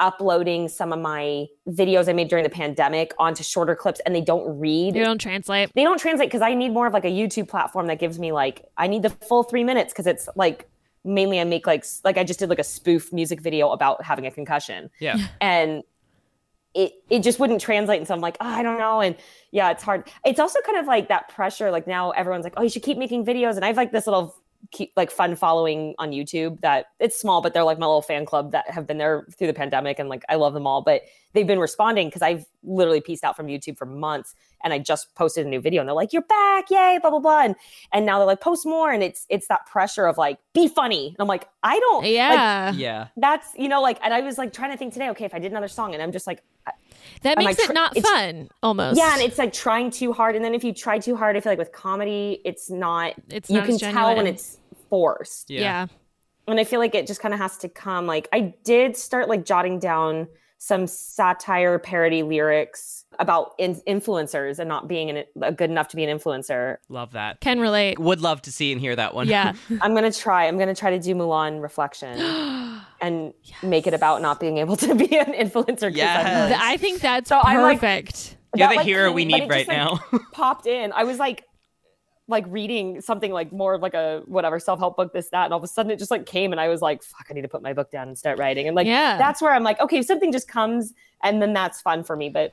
Speaker 4: uploading some of my videos I made during the pandemic onto shorter clips, and they don't read
Speaker 3: you don't translate.
Speaker 4: they don't translate because I need more of like a YouTube platform that gives me like I need the full three minutes because it's like mainly I make like s- like I just did like a spoof music video about having a concussion
Speaker 5: Yeah.
Speaker 4: and it it just wouldn't translate and so I'm like oh, I don't know and yeah it's hard it's also kind of like that pressure like now everyone's like oh you should keep making videos and I have like this little keep like fun following on YouTube that it's small but they're like my little fan club that have been there through the pandemic and like I love them all but they've been responding because I've literally pieced out from YouTube for months and I just posted a new video and they're like, You're back, yay, blah, blah, blah. And, and now they're like, post more. And it's it's that pressure of like, be funny. And I'm like, I don't like,
Speaker 3: Yeah.
Speaker 5: Yeah.
Speaker 4: that's you know, like, and I was like trying to think today, okay, if I did another song, and I'm just like, I-
Speaker 3: That
Speaker 4: Am I
Speaker 3: makes it
Speaker 4: tr-
Speaker 3: not
Speaker 4: it's-
Speaker 3: fun, almost.
Speaker 4: yeah, and it's like trying too hard. And then if you try too hard, I feel like with comedy, it's not
Speaker 3: It's
Speaker 4: you
Speaker 3: not
Speaker 4: can
Speaker 3: as
Speaker 4: tell
Speaker 3: genuine.
Speaker 4: when it's forced.
Speaker 3: yeah.
Speaker 4: and I feel like it just kind of has to come. Like I did start like jotting down some satire parody lyrics about in- influencers and not being an, uh, good enough to be an influencer.
Speaker 5: Love that.
Speaker 3: can relate.
Speaker 5: Would love to see and hear that one.
Speaker 3: Yeah,
Speaker 4: I'm gonna try. I'm gonna try to do Mulan reflection and make it about not being able to be an influencer. 'cause I'm
Speaker 5: Yes.
Speaker 4: not.
Speaker 3: Th- I think that's
Speaker 4: So I'm like-
Speaker 3: perfect.
Speaker 5: You're
Speaker 4: That,
Speaker 5: the
Speaker 4: like,
Speaker 5: hero we
Speaker 4: came- but
Speaker 5: need
Speaker 4: it
Speaker 5: right
Speaker 4: just,
Speaker 5: now.
Speaker 4: like, popped in. I was like, like reading something like more of like a whatever self help book, this that, and all of a sudden it just like came, and I was like, fuck, I need to put my book down and start writing. And like,
Speaker 3: Yeah.
Speaker 4: that's where I'm like, okay, if something just comes, and then that's fun for me. But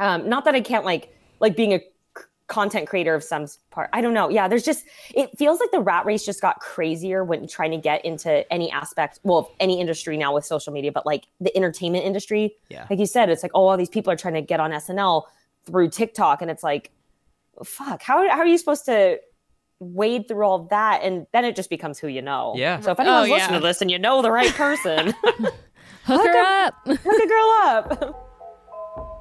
Speaker 4: um, not that I can't like like being a c- content creator of some s- part. I don't know. Yeah, there's just it feels like the rat race just got crazier when trying to get into any aspect, well, of any industry now with social media, but like the entertainment industry.
Speaker 5: Yeah.
Speaker 4: Like you said, it's like oh, all these people are trying to get on SNL through TikTok, and it's like fuck, how, how are you supposed to wade through all that? And then it just becomes who you know.
Speaker 5: Yeah.
Speaker 4: So if anyone's
Speaker 3: Oh, yeah.
Speaker 4: listening to this and you know the right person, hook
Speaker 3: Hook her up.
Speaker 4: a girl up.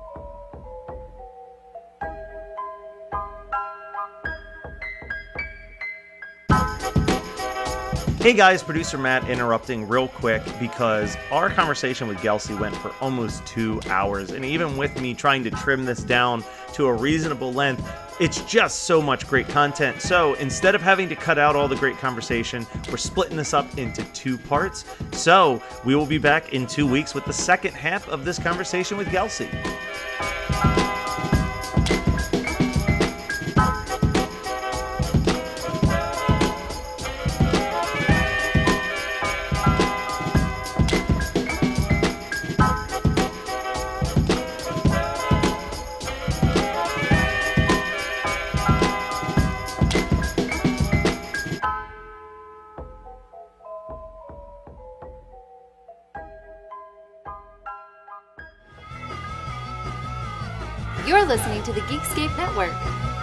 Speaker 1: Hey guys, producer Matt interrupting real quick because our conversation with Gelsey went for almost two hours. And even with me trying to trim this down to a reasonable length, it's just so much great content. So instead of having to cut out all the great conversation, we're splitting this up into two parts. So we will be back in two weeks with the second half of this conversation with Gelsey.
Speaker 6: You're listening to the Geekscape Network.